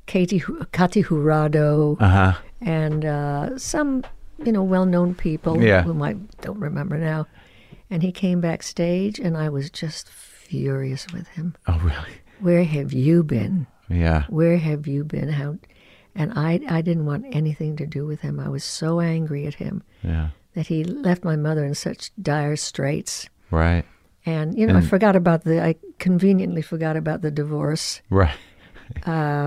Katie, Hu- Katy Hurado
Uh huh.
and uh, some, you know, well-known people
Yeah.
whom I don't remember now. And he came backstage, and I was just furious with him.
Oh really?
Where have you been?
Yeah.
Where have you been? How? And I, I didn't want anything to do with him. I was so angry at him
Yeah.
that he left my mother in such dire straits.
Right.
And you know, I forgot about the. I conveniently forgot about the divorce.
Right. [laughs]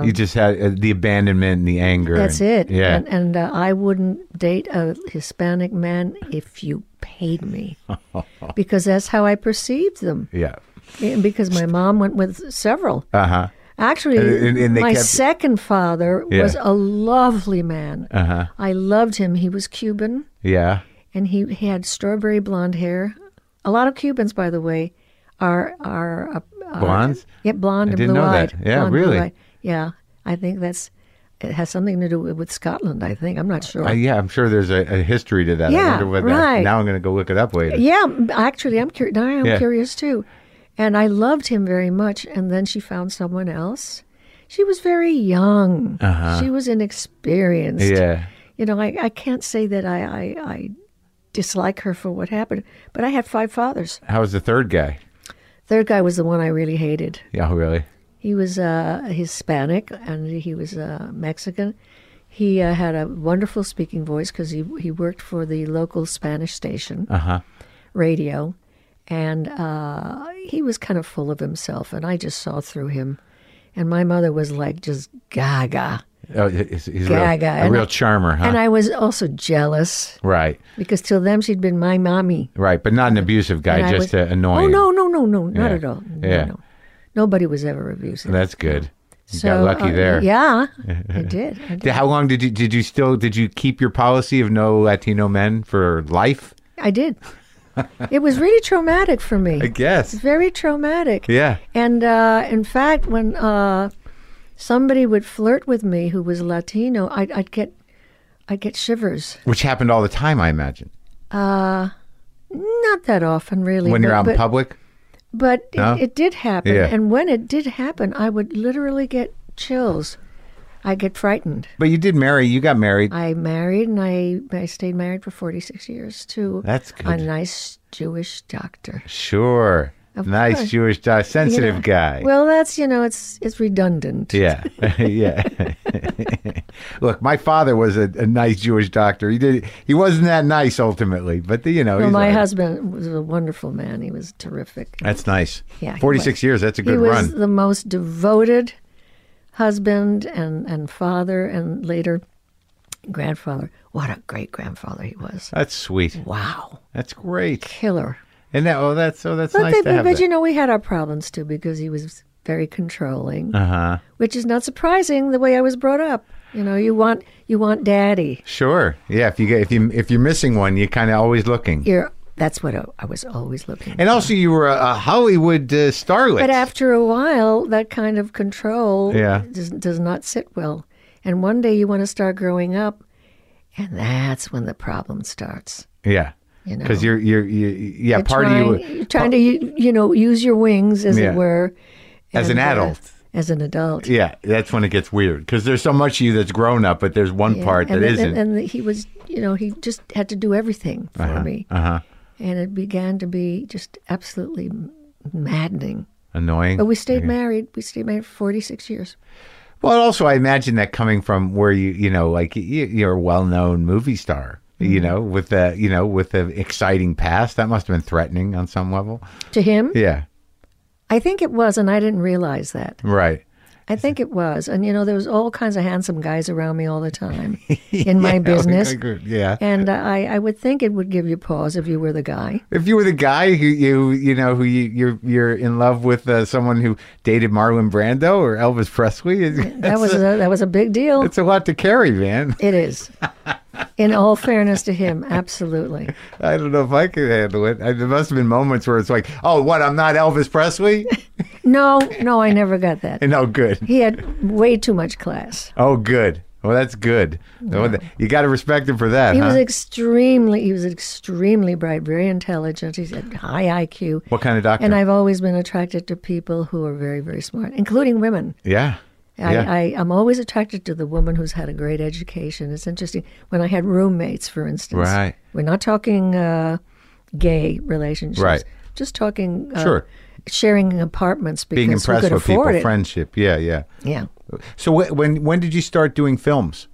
you just had uh, the abandonment and the anger.
Um, That's
and-
it.
Yeah.
And, and uh, I wouldn't date a Hispanic man if you
[laughs]
paid me, because that's how I perceived them.
yeah.
And Because my mom went with several,
Uh huh.
Actually,
And- and they
my
kept-
second father
Yeah.
was a lovely man. Uh-huh. I loved him. He was Cuban,
Yeah.
and he, he had strawberry blonde hair. A lot of Cubans, by the way, are are, uh, are
Blondes?
Yeah, blonde and
didn't know that.
blue-eyed.
Yeah,
Blonde,
really?
blue-eyed. Yeah, I think that's it has something to do with, with Scotland. I think I'm not sure.
Uh, yeah, I'm sure there's a, a history to that. I
Yeah,
wonder what that.
right.
Now I'm going to go look it up later.
Yeah, m- actually, I'm curious. Now I'm
Yeah.
curious too, and I loved him very much. And then she found someone else. She was very young. She was inexperienced.
Uh-huh. Yeah.
You know, I, I can't say that I, I I dislike her for what happened, but I had five fathers.
How was the third guy?
Third guy was the one I really hated.
Yeah, really.
He was uh, Hispanic and he was uh, Mexican. He uh, had a wonderful speaking voice because he he worked for the local Spanish station radio, and uh, he was kind of full of himself, and I just saw through him. And my mother was like just gaga,
Oh, he's, he's
Gaga,
real, a
and
real
I-
charmer, huh?
and I was also jealous
right,
because till then she'd been my mommy.
right, but not an abusive guy,
And I
just uh,
was-
to annoy.
Oh
him.
no, no, no, no, not
Yeah.
at all. No,
Yeah.
no. nobody was ever abusive.
that's good. You
so
got lucky
uh,
there. [laughs]
Yeah, I did. I did.
Did- How long did you did you still did you keep your policy of no Latino men for life?
I did. It was really traumatic for me.
I guess.
Very traumatic.
Yeah.
And uh, in fact, when uh, somebody would flirt with me who was Latino, I'd, I'd get, I'd get shivers.
Which happened all the time, I imagine.
Not that often, really.
When you're
but-
out in
but,
public?
but
No?
it, it did happen.
Yeah.
And when it did happen, I would literally get chills. I get frightened.
But you did marry, you got married.
I married and I, I stayed married for 46 years to
That's good.
a nice Jewish doctor.
Sure.
Of
nice
course.
Jewish guy, sensitive
You know,
guy.
Well, that's, you know, it's it's redundant. [laughs]
yeah, [laughs] yeah. Look, my father was a, a nice Jewish doctor. He did. He wasn't that nice ultimately, but the, you know,
Well,
he's
my
like-
husband was a wonderful man. He was terrific.
That's nice.
Yeah, he
forty-six
was.
years. That's a
He
good
was
run.
the most devoted husband and, and father and later grandfather. What a great grandfather he was.
That's sweet.
Wow.
That's great.
Killer.
And that, oh, that's oh, that's
But,
nice
they-
to have.
but
That.
you know, we had our problems too because he was very controlling,
uh huh.
which is not surprising the way I was brought up. You know, you want you want daddy.
Sure. Yeah. If you get if you if you're missing one, you're kind of always looking.
You're, that's what I, I was always looking
And also, you were a, a Hollywood uh, starlet.
But after a while, that kind of control
Yeah.
does, does not sit well. And one day you want to start growing up, and that's when the problem starts.
yeah.
You know,
Because you're, you're you yeah
You're
part
trying,
of you Oh.
you're trying to you, you know use your wings as
Yeah.
it were,
As an
and, uh,
adult.
as an adult.
yeah that's when it gets weird because there's so much of you that's grown up but there's one
Yeah.
part
and
that
then,
isn't.
And, and he was, you know, he just had to do everything for me,
uh-huh.
and it began to be just absolutely maddening.
annoying
But we stayed married. We stayed married for forty six years.
Well, also, I imagine that coming from where you, you know, like you, you're a well-known movie star, you
Mm-hmm.
know, with a, you know, with an exciting past, that must have been threatening on some level.
To him,
Yeah,
I think it was, and I didn't realize that.
right.
I think it was. And, you know, there was all kinds of handsome guys around me all
[laughs]
the time in my business.
Yeah.
And uh, I, I would think it would give you pause if you were the guy.
If you were the guy who you, you know, who you, you're, you're in love with uh, someone who dated Marlon Brando or Elvis Presley,
That
that's
was a, that was a big deal.
it's a lot to carry, man. [laughs]
It is. In all fairness to him, absolutely.
I don't know if I could handle it. I, there must have been moments where it's like, oh, what? I'm not Elvis Presley.
No, no, I never got that.
no, good.
He had way too much class.
Oh, good. Well, that's good. Well, th- You got to respect him for that,
He
huh?
was extremely, he was extremely bright, very intelligent. He had high IQ.
what kind of doctor?
And I've always been attracted to people who are very, very smart, including women.
yeah.
I,
yeah.
I, I'm always attracted to the woman who's had a great education. It's interesting. When I had roommates, for instance,
Right.
we're not talking uh, gay relationships,
Right.
just talking uh,
Sure.
sharing apartments because
Being
who
impressed
could
with people,
afford it.
friendship. Yeah, yeah.
Yeah,
So wh- when when did you start doing films?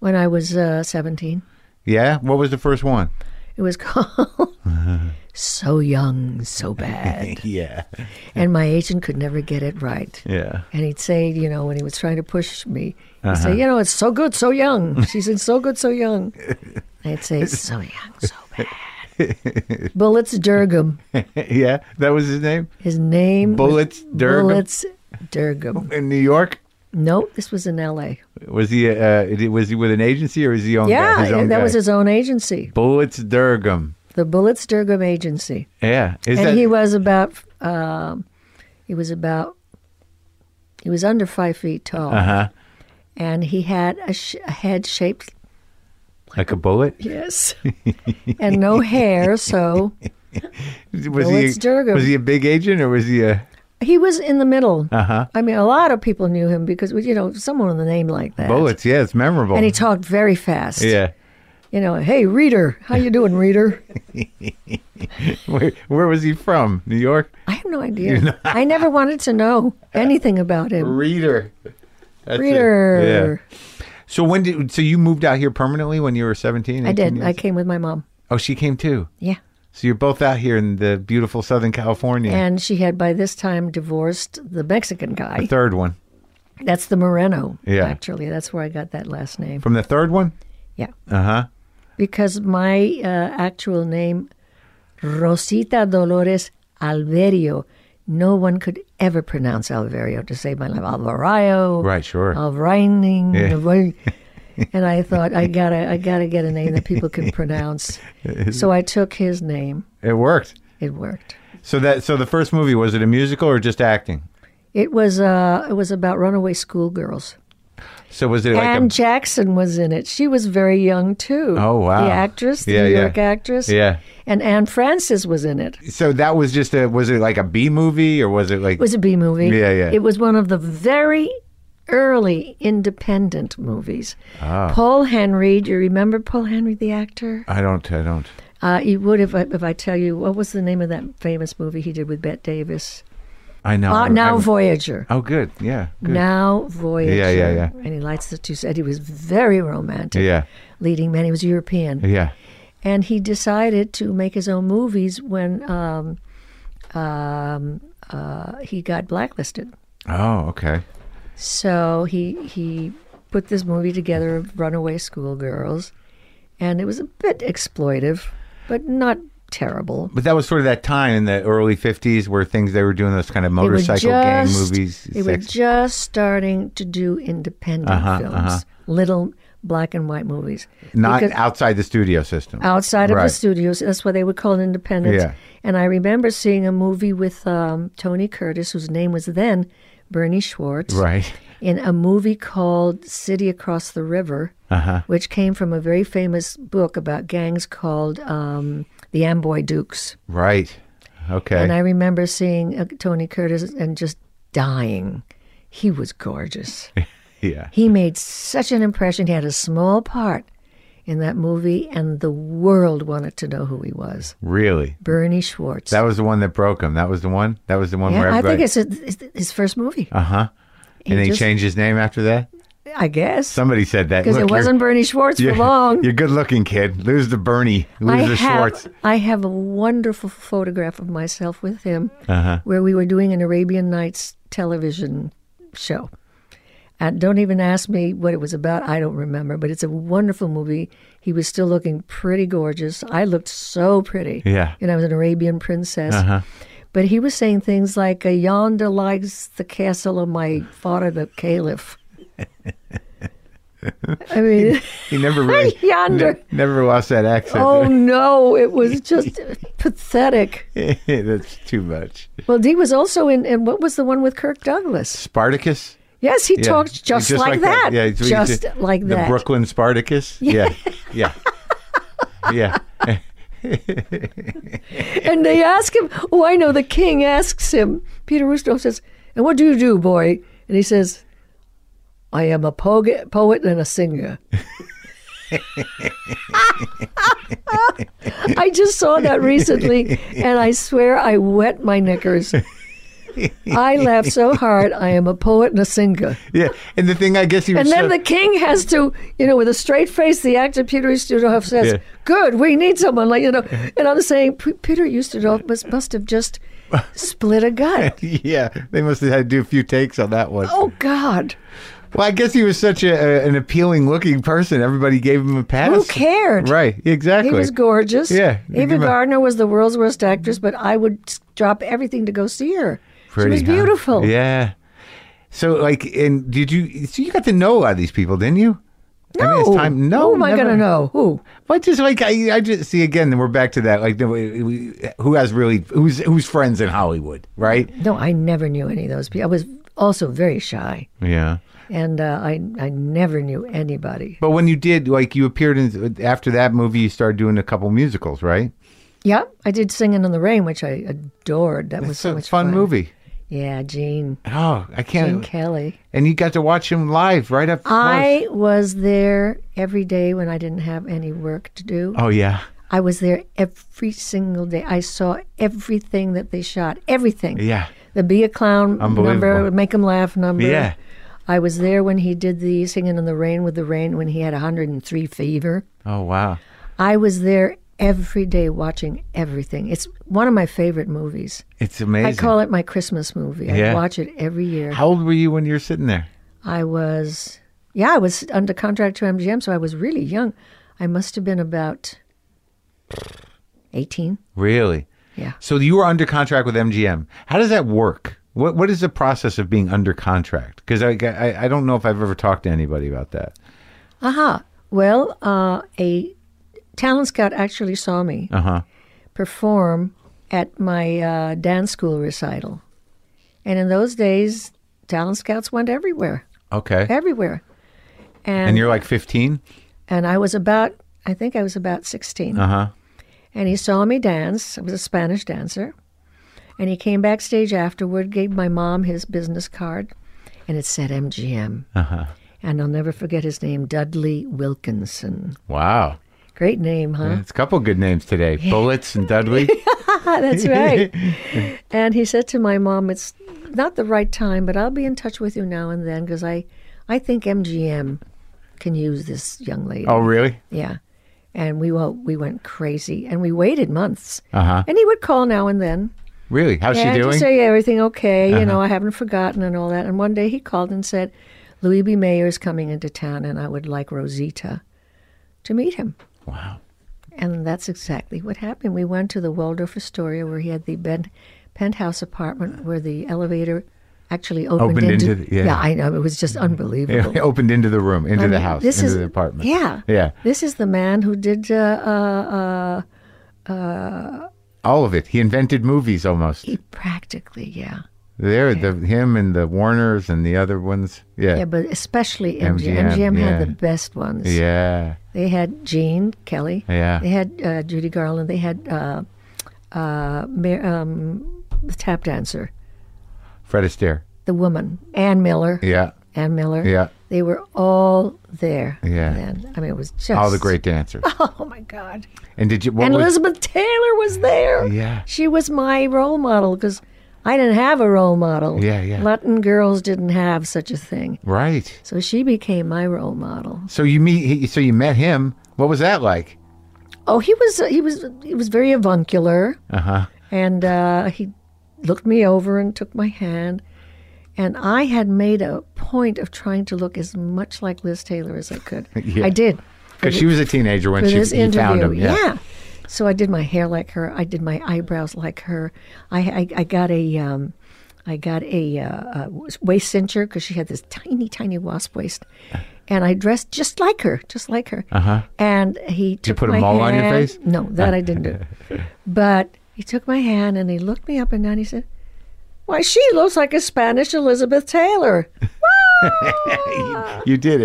when I was uh, 17,
Yeah. What was the first one?
it
[laughs]
was called "So Young, So Bad,"
Yeah.
and my agent could never get it right.
[laughs] Yeah. [laughs]
And he'd say, you know, when he was trying to push me, he'd
Uh-huh.
say, you know, it's so good, so young. She said, so good, so young. I'd say, so young, so bad. Bullets Durgam.
yeah. That was his name.
His name. was
Bullets Durgam?
Bullets Durgam.
in New York?
No, this was in L.A.
Was he uh, it- was he with an agency or is he own guy?
Yeah,
His own
that
guy?
was his own agency,
Bullets Durgum.
the Bullets Durgam agency,
Yeah, is
and
that
he was about um, he was about he was under five feet tall,
uh-huh.
and he had a, sh- a head shaped
like a bullet?
yes, [laughs] and no hair, so
Was
Bullets
he
Durgum.
was he a big agent or was he a
he was in the middle.
uh huh?
I mean, a lot of people knew him because you know someone with a name like that.
Bullets, yeah, it's memorable.
And he talked very fast.
yeah,
You know, hey reader, how you doing, reader?
[laughs] where, where was he from? New York.
I have no idea. I never wanted to know anything about him.
Reader. That's it.
Reader.
Yeah. So when did so you moved out here permanently when you were 17?
I did.
18
I
years?
came with my mom.
Oh, she came too.
Yeah.
So you're both out here in the beautiful Southern California.
And she had by this time divorced the Mexican
the
guy.
third one.
That's the Moreno.
Yeah.
Actually, that's where I got that last name.
From the third one?
Yeah.
Uh-huh.
Because my uh, actual name, Rosita Dolores Alverio, no one could ever pronounce Alverio to save my life. Alvario.
Right, sure.
of rhyming,
Yeah.
of rhyming.
[laughs]
and I thought I gotta I gotta get a name that people can pronounce. so I took his name.
It worked.
It worked.
So that so the first movie was it a musical or just acting?
It was uh it was about runaway schoolgirls.
So was it like
Ann
a
Jackson was in it. She was very young too.
Oh, wow.
The actress, the
Yeah,
New
yeah.
York actress.
Yeah.
And Anne Francis was in it. It
So that was just a was it like a B movie or was it like
was a B movie.
Yeah, yeah.
It was one of the very early independent movies.
Ah.
Paul Henry, do you remember Paul Henry the actor?
I don't I don't.
Uh, you would if I, if I tell you what was the name of that famous movie he did with Bette Davis.
I know.
Uh,
I-
now
I-
Voyager.
Oh good. Yeah. Good.
Now Voyager.
Yeah, yeah, yeah.
And he lights the two. And he was very romantic.
Yeah.
Leading man. He was European,
Yeah.
and he decided to make his own movies when um, um, uh, he got blacklisted.
Oh, okay.
So he he put this movie together of runaway schoolgirls, and it was a bit exploitive, but not terrible.
But that was sort of that time in the early '50s where things they were doing those kind of
They were
motorcycle gang
just-
movies.
They were
sex-
just starting to do independent
Uh-huh,
films,
uh-huh.
little black and white movies.
not
Because
outside the studio system.
outside of the
Right.
studios. That's why they were called independent.
Yeah.
And I remember seeing a movie with um, Tony Curtis, whose name was then Bernie Schwartz,
Right.
in a movie called City Across the River,
Uh-huh.
which came from a very famous book about gangs called um, the Amboy Dukes.
Right. Okay.
And I remember seeing uh, Tony Curtis and just dying. He
[laughs]
was gorgeous.
yeah.
He made such an impression. He had a small part in that movie, and the world wanted to know who he was.
Really.
Bernie Schwartz.
That was the one that broke him. That was the one. That was the one where
yeah, I
everybody.
think it's his, it's his first movie.
Uh huh. And he
just-
changed his name after that.
I guess
Somebody said that
because
"Look,
it
you're-
wasn't Bernie Schwartz
[laughs] You're,
for long.
you're good looking, kid. Lose the Bernie. Lose
I
the
have
Schwartz.
I have a wonderful photograph of myself with him, where we were doing an Arabian Nights television show. And don't even ask me what it was about. I don't remember, but it's a wonderful movie. He was still looking pretty gorgeous. I looked so pretty.
Yeah.
And I was an Arabian princess. But he was saying things like, "Uh, Yonder lies the castle of my father, the caliph. I mean, [laughs]
He never really.
yonder.
ne- never lost that accent. [laughs]
oh no, it was just pathetic.
That's too much.
Well, Dee was also in, and what was the one with Kirk Douglas?
Spartacus.
Yes, he
Yeah.
talks just, like, that.
Yeah, it's what you
just
did.
like
The
that.
Brooklyn Spartacus. Yeah. Yeah.
[laughs]
yeah. [laughs]
And they ask him, oh, I know, the king asks him, Peter Roosevelt says, and what do you do, boy? And he says, I am a poet, poet and a singer. [laughs] I just saw that recently, and I swear I wet my knickers. I laughed so hard. I am a poet and a singer.
Yeah. And the thing I guess he was
And
so-
then the king has to, you know, with a straight face, the actor Peter Ustinov says,
Yeah.
"Good, we need someone like you know." And I'm saying, P- Peter Ustinov must must
[laughs]
have just split a gut.
yeah, they must have had to do a few takes on that one.
Oh God,
Well, I guess he was such a, a, an appealing looking person. Everybody gave him a pass.
who cared?
Right, exactly.
He was gorgeous.
Yeah, you
Ava
give him a-
Gardner was the world's worst actress, but I would s- drop everything to go see her.
Pretty,
she was
huh?
beautiful.
Yeah. So like, and did you? So you got to know a lot of these people, didn't you?
No.
I mean, it's time. No,
Who am I
never-
going to know? Who?
But just like I, I just see again, then we're back to that. Like, the- we- we- who has really who's who's friends in Hollywood, right?
No, I never knew any of those people. I was also very shy,
Yeah.
and uh, I I never knew anybody.
But when you did, like, you appeared in after that movie, you started doing a couple musicals, right?
Yeah, I did Singing in the Rain, which I adored. That was
It's
so
a
much
fun movie.
Yeah, Gene,
Oh, I
Gene
can't.
Kelly.
And you got to watch him live right up close.
I was there every day when I didn't have any work to do.
Oh yeah,
I was there every single day. I saw everything that they shot, everything.
yeah.
The Be a Clown number,
Unbelievable.
Make 'em Laugh number.
Yeah.
I was there when he did the Singing in the Rain with the Rain when he had 103 fever.
Oh wow.
I was there every day watching everything. It's one of my favorite movies.
It's amazing.
I call it my Christmas movie. I
Yeah.
watch it every year.
How old were you when you were sitting there?
I was, yeah, I was under contract to MGM, so I was really young. I must have been about 18.
Really?
Yeah.
So you were under contract with MGM. How does that work? What What is the process of being under contract? Because I, I I don't know if I've ever talked to anybody about that.
Aha. Well, uh, a talent scout actually saw me
Uh huh.
perform at my uh, dance school recital. And in those days, talent scouts went everywhere,
Okay.
everywhere. And,
And you're like 15.
and I was about, I think I was about 16.
Uh huh.
And he saw me dance. I was a Spanish dancer. And he came backstage afterward, gave my mom his business card, and it said MGM. And I'll never forget his name, Dudley Wilkinson.
Wow.
Great name, huh? [laughs]
It's a couple good names today. Bullets and Dudley.
Ah, that's right. and he said to my mom, "It's not the right time, but I'll be in touch with you now and then because I, I think MGM can use this young lady."
oh really?
Yeah. And we went, we went crazy, and we waited months.
Uh-huh.
And he would call now and then.
Really? How's
yeah,
she doing? Uh-huh.
Just say everything okay. You know, I haven't forgotten and all that. And one day he called and said, "Louis B. Mayer is coming into town, and I would like Rosita to meet him."
wow.
And that's exactly what happened. We went to the Waldorf Astoria where he had the bed, penthouse apartment where the elevator actually opened,
Opened into the- yeah. Mm-hmm.
I know. It was just unbelievable.
[laughs] It opened into the room, into
I
the
mean,
house,
Um, this
into
is-
the apartment.
Yeah.
Yeah.
This is the man who did uh, uh, uh,
All of it. He invented movies almost.
he practically, yeah.
There, the him and the Warners and the other ones.
Yeah,
Yeah.
but especially MGM.
MGM,
MGM,
yeah.
had the best ones.
Yeah.
They had Gene Kelly.
Yeah.
They had uh, Judy Garland. They had uh, uh, Mar- um, the tap dancer,
Fred Astaire.
the woman, Ann Miller.
Yeah.
Ann Miller.
Yeah.
They were all there.
Yeah.
Then. I mean, it was just.
All the great dancers.
[laughs] Oh, my God.
And did you? What
And
was,
Elizabeth Taylor was there.
Yeah.
She was my role model because I didn't have a role model.
Yeah, yeah.
Latin girls didn't have such a thing.
Right.
So she became my role model.
So you meet. he- So you met him. What was that like?
Oh, he was he was he was very avuncular,
Uh huh.
and uh, he looked me over and took my hand, and I had made a point of trying to look as much like Liz Taylor as I could.
[laughs] Yeah.
I did.
Because she was a teenager when
for
she
this
he
interview.
found him.
yeah. So I did my hair like her. I did my eyebrows like her. I I, I got a um, I got a uh, uh, waist cincher because she had this tiny tiny wasp waist, and I dressed just like her, just like her. Uh-huh. And he took
put a
my
mole on your
hand-
face?
No, that I
[laughs]
didn't do. But he took my hand and he looked me up and down. He said. Why, she looks like a Spanish Elizabeth
[laughs]
Taylor.
you, you did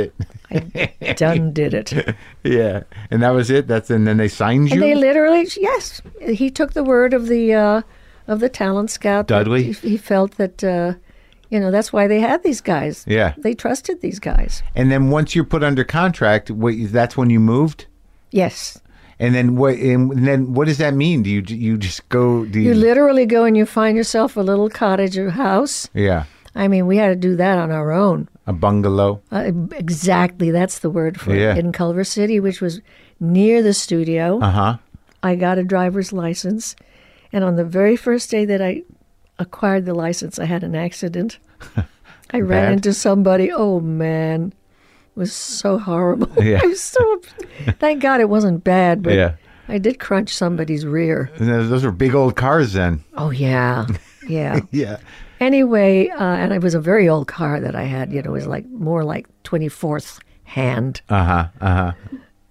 it.
Done did it.
[laughs] Yeah. And that was it. That's and then they signed you.
And they literally, yes, he took the word of the uh, of the talent scout. that
Dudley?
He, he felt that, uh, you know, that's why they had these guys.
Yeah.
They trusted these guys.
and then once you're put under contract, what, that's when you moved.
Yes.
And then what? And then what does that mean? Do you you just go? Do you,
You literally go and you find yourself a little cottage or house.
yeah,
I mean, we had to do that on our own.
a bungalow.
Uh, exactly, that's the word for
Yeah.
it. In Culver City, which was near the studio,
Uh huh.
I got a driver's license. And on the very first day that I acquired the license, I had an
[laughs]
accident. I
Bad.
ran into somebody. Oh, man. It was so horrible. [laughs]
Yeah.
I was so. ups- Thank God it wasn't bad, but
Yeah.
I did crunch somebody's rear.
And those those were big old cars then.
Oh, yeah. Yeah.
Yeah.
Anyway, uh, and it was a very old car that I had. You know, it was like more like 24th hand.
Uh huh. Uh huh.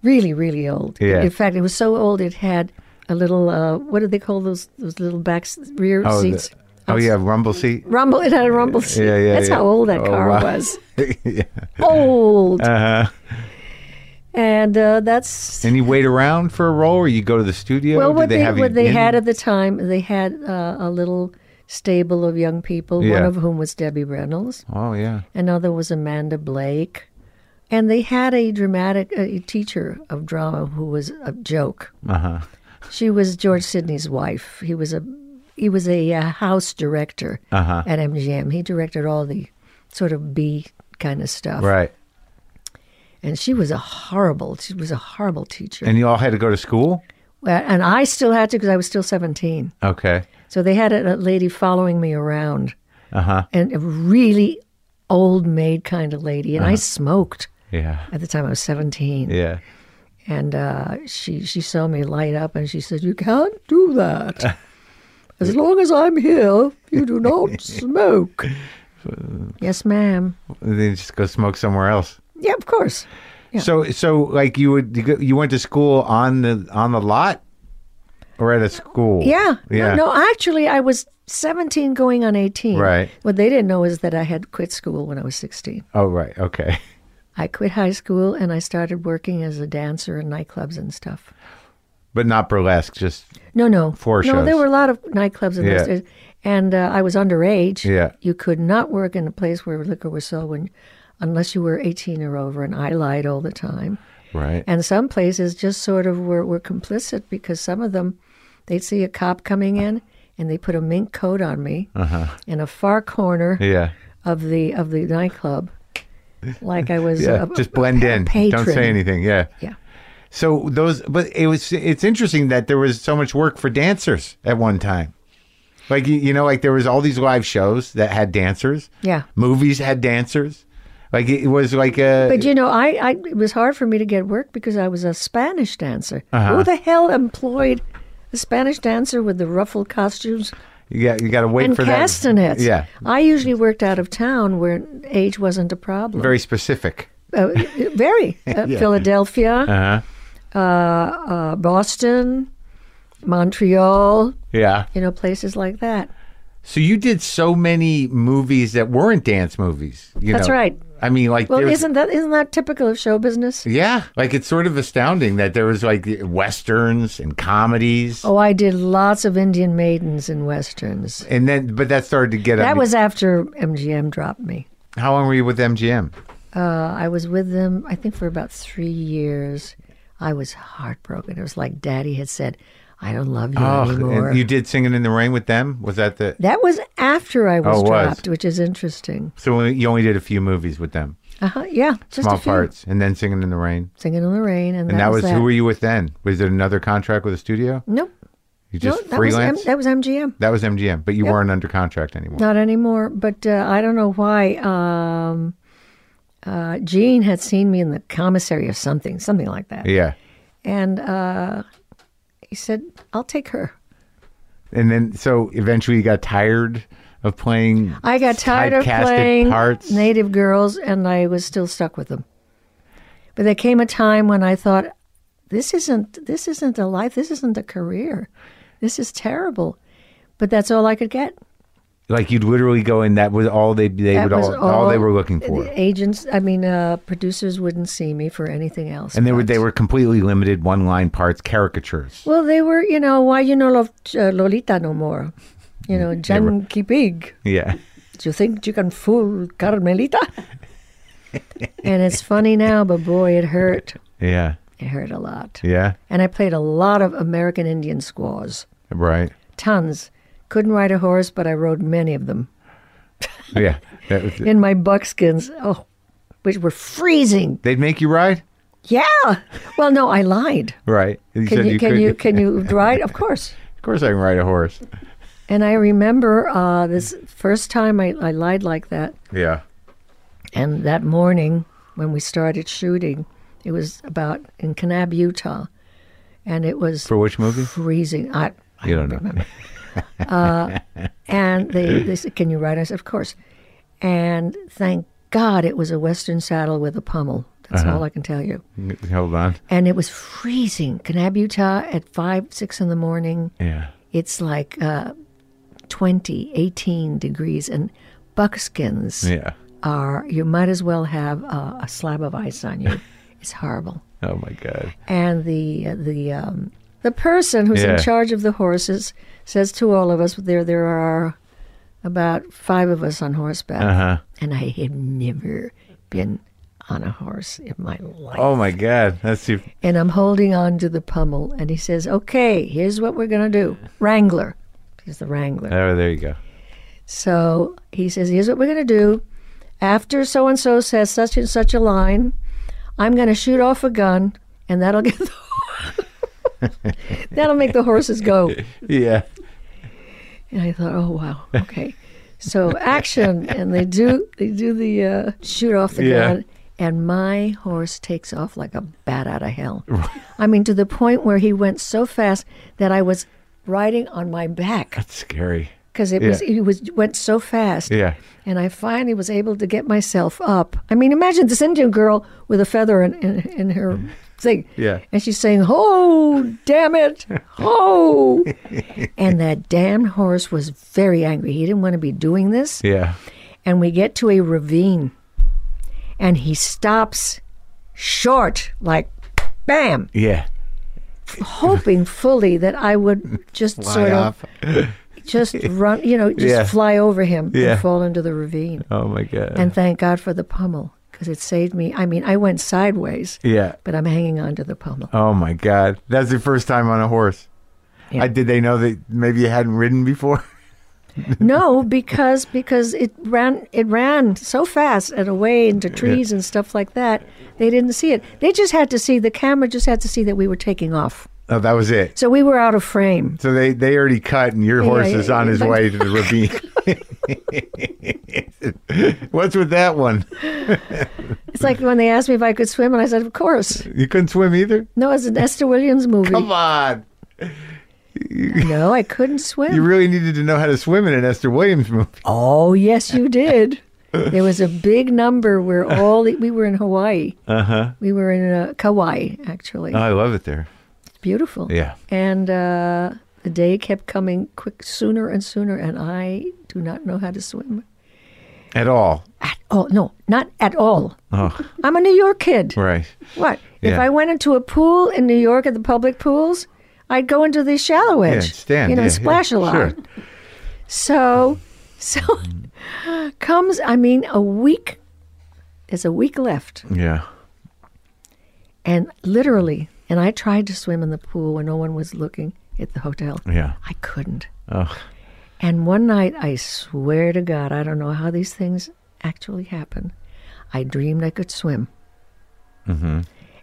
Really, really old.
Yeah.
In fact, it was so old it had a little, uh, what do they call those those little back s- rear
Oh, the-
seats?
oh yeah, rumble seat.
Rumble. It had a rumble seat.
Yeah, yeah,
That's
yeah.
how old that
Oh,
car
wow. [laughs]
was. Old. Uh-huh. And uh, that's
And you wait around for a role, or you go to the studio.
well,
Did
what they,
have
what
you
they
in-
had at the time, they had uh, a little stable of young people. One
Yeah.
of whom was Debbie Reynolds.
Oh yeah.
Another was Amanda Blake, and they had a dramatic a teacher of drama who was a joke.
Uh huh.
She was George Sidney's wife. He was a he was a uh, house director
Uh-huh.
at MGM. He directed all the sort of B kind of stuff.
Right.
And she was a horrible. She was a horrible teacher.
And you all had to go to school.
Well, and I still had to because I was still seventeen.
Okay.
So they had a, a lady following me around.
Uh-huh.
And a really old maid kind of lady. And
Uh-huh.
I smoked
Yeah.
at the time. I was seventeen.
Yeah.
and uh, she she saw me light up, and she said, "You can't do
[laughs]
that. As long as I'm here, you do
[laughs]
not smoke." yes, ma'am.
And then just go smoke somewhere else.
Yeah, of course.
So so like you would you, go, you went to school on the on the lot, or at a school.
Yeah. No-
Yeah.
No, actually, I was 17 going on 18.
Right.
What they didn't know is that I had quit school when I was 16.
Oh right. Okay. [laughs]
I quit high school and I started working as a dancer in nightclubs and stuff.
But not burlesque. Just
No, no.
Four
no,
shows.
there were a lot of nightclubs in
Yeah.
those days. And uh, I was underage.
Yeah.
You could not work in a place where liquor was sold when, unless you were 18 or over, and I lied all the time.
right.
And some places just sort of were, were complicit because some of them, they'd see a cop coming in and they put a mink coat on me in a far corner
Uh-huh. yeah.
of the of the nightclub, like I was
Yeah.
a-
just blend in. Don't
patron.
say anything. Yeah.
Yeah.
So those, but it was it's interesting that there was so much work for dancers at one time. Like you, you know, like there was all these live shows that had dancers.
Yeah.
Movies had dancers. Like it was like a.
But you know, I, I it was hard for me to get work because I was a Spanish dancer.
Uh-huh.
Who the hell employed a Spanish dancer with the ruffled costumes
you got you got to wait
and
for
castanets?
that. Yeah.
I usually worked out of town where age wasn't a problem.
Very specific.
uh,
[laughs]
very uh, Philadelphia,
Uh huh.
uh, Boston, Montreal.
Yeah.
You know, places like that.
So you did so many movies that weren't dance movies. You
That's
know?
right.
I mean, like
Well,
there's-
isn't that isn't that typical of show business?
Yeah, like it's sort of astounding that there was like westerns and comedies,
Oh, I did lots of Indian maidens and westerns.
and then but that started to get. I
That
mean,
was after MGM dropped me.
how long were you with MGM?
Uh, I was with them, I think, for about three years. I was heartbroken. It was like Daddy had said, "I don't love you anymore."
and you did singing in the rain with them. Was that the?
that was after I was
Oh, it was.
dropped, which is interesting.
So you only did a few movies with them,
Uh-huh, yeah, just
small
a few.
parts, and then singing in the rain.
singing in the rain, and,
And
that, was, that.
who were you with then? Was it another contract with a studio?
Nope,
You
no,
just
that was, M-
freelance.
that was MGM.
that was MGM, but you weren't under contract anymore.
Not anymore, but uh, I don't know why. Um, uh, Gene had seen me in the commissary or something, something like that,
Yeah,
and uh, he said, "I'll take her."
and then so eventually you got tired of playing.
I got tired of
typecasted
playing
parts.
native girls, and I was still stuck with them. But there came a time when I thought, "This isn't this isn't a life. This isn't a career. This is terrible." But that's all I could get.
Like you'd literally go in. That was all they they
That
would
was
all, all they were looking for.
The agents, I mean, uh, producers wouldn't see me for anything else.
And they were
but-
they were completely limited one line parts, caricatures.
well, they were, you know, why you know love uh, Lolita no more?
Mm,
You know, Janky Pig.
Yeah.
Do you think you can fool
[laughs]
Carmelita? and it's funny now, but boy, it hurt.
Yeah.
It hurt a lot.
Yeah.
And I played a lot of American Indian squaws,
Right.
tons. Couldn't ride a horse, but I rode many of them
Yeah. That was-
in my buckskins. Oh, which were freezing.
They'd make you ride?
Yeah. Well, no, I lied.
Right. You
Can
said
you, can
could-
you can you ride? Of course.
Of course I can ride a horse.
And I remember uh, this first time I, I lied like that,
Yeah.
and that morning when we started shooting, it was about in Kanab, Utah, and it was
For which movie?
freezing. I
You don't know.
And they, they said, Can you ride? I said, Of course. And thank God it was a Western saddle with a pommel. That's all I can tell you.
[laughs] Hold on.
And it was freezing. Kanab, Utah at 5, 6 in the morning.
Yeah.
It's like uh, 20, 18 degrees. And buckskins
Yeah.
are, you might as well have uh, a slab of ice on you. it's horrible.
Oh my God.
and the the um, the person who's
Yeah.
in charge of the horses says to all of us there there are about five of us on horseback
Uh-huh.
and i have never been on a horse in my life
Oh my God. That's you.
and i'm holding on to the pommel and he says okay here's what we're going to do wrangler he's the wrangler
Oh, there you go.
so he says, Here's what we're going to do. After so and so says such and such a line, I'm going to shoot off a gun, and that'll [laughs] get the. [laughs] that'll make the horses go.
Yeah.
And I thought, oh wow, okay. So action, and they do they do the uh, shoot off the
Yeah.
gun, and my horse takes off like a bat out of hell. I mean, to the point where he went so fast that I was riding on my back
That's scary.
because it
Yeah.
was it was went so fast.
Yeah.
And I finally was able to get myself up. I mean, imagine this Indian girl with a feather in, in, in her thing.
Mm-hmm. Yeah.
And she's saying, Oh, damn it.
[laughs]
Oh. and that damned horse was very angry. He didn't want to be doing this.
Yeah.
And we get to a ravine. And he stops short, like bam,
Yeah.
hoping
[laughs]
fully that I would just sort of
[laughs]
just run, you know, just
Yeah.
fly over him
Yeah.
and fall into the ravine.
Oh my God.
And thank God for the pummel because it saved me. I mean, I went sideways,
yeah.
but I'm hanging on to
[laughs]
the pummel.
Oh my God. That's your first time on a horse.
Yeah.
I, did they know that maybe you hadn't ridden before? [laughs]
no, because because it ran it ran so fast and away into trees and stuff like that. They didn't see it. They just had to see the camera. Just had to see that we were taking off.
Oh, that was it.
So we were out of frame.
So they, they already cut, and your horse
yeah,
is on
yeah,
his
but-
way to the ravine. [laughs]
[laughs]
What's with that one?
It's like when they asked me if I could swim, and I said, "Of course."
You couldn't swim either?
No, it's an Esther Williams movie.
Come on.
No, I couldn't swim.
You really needed to know how to swim in an Esther Williams movie.
Oh, yes, you did. there was a big number where all the, we were in Hawaii. Uh huh. We were in uh, Kauai, actually.
Oh, I love it there.
It's beautiful.
Uh, Yeah.
And uh, the day kept coming quick sooner and sooner, and I do not know how to swim
At all.
at all. No, not at all.
Oh,
I'm a New York kid.
right.
What? If
Yeah.
I went into a pool in New York at the public pools, I'd go into the shallow edge.
and stand,
You know,
yeah,
and splash
yeah,
a lot.
sure.
So, so [laughs] comes, I mean, a week. There's a week left.
Yeah.
And literally, and I tried to swim in the pool when no one was looking at the hotel.
Yeah.
I couldn't.
Oh,
And one night, I swear to God, I don't know how these things actually happen. I dreamed I could swim.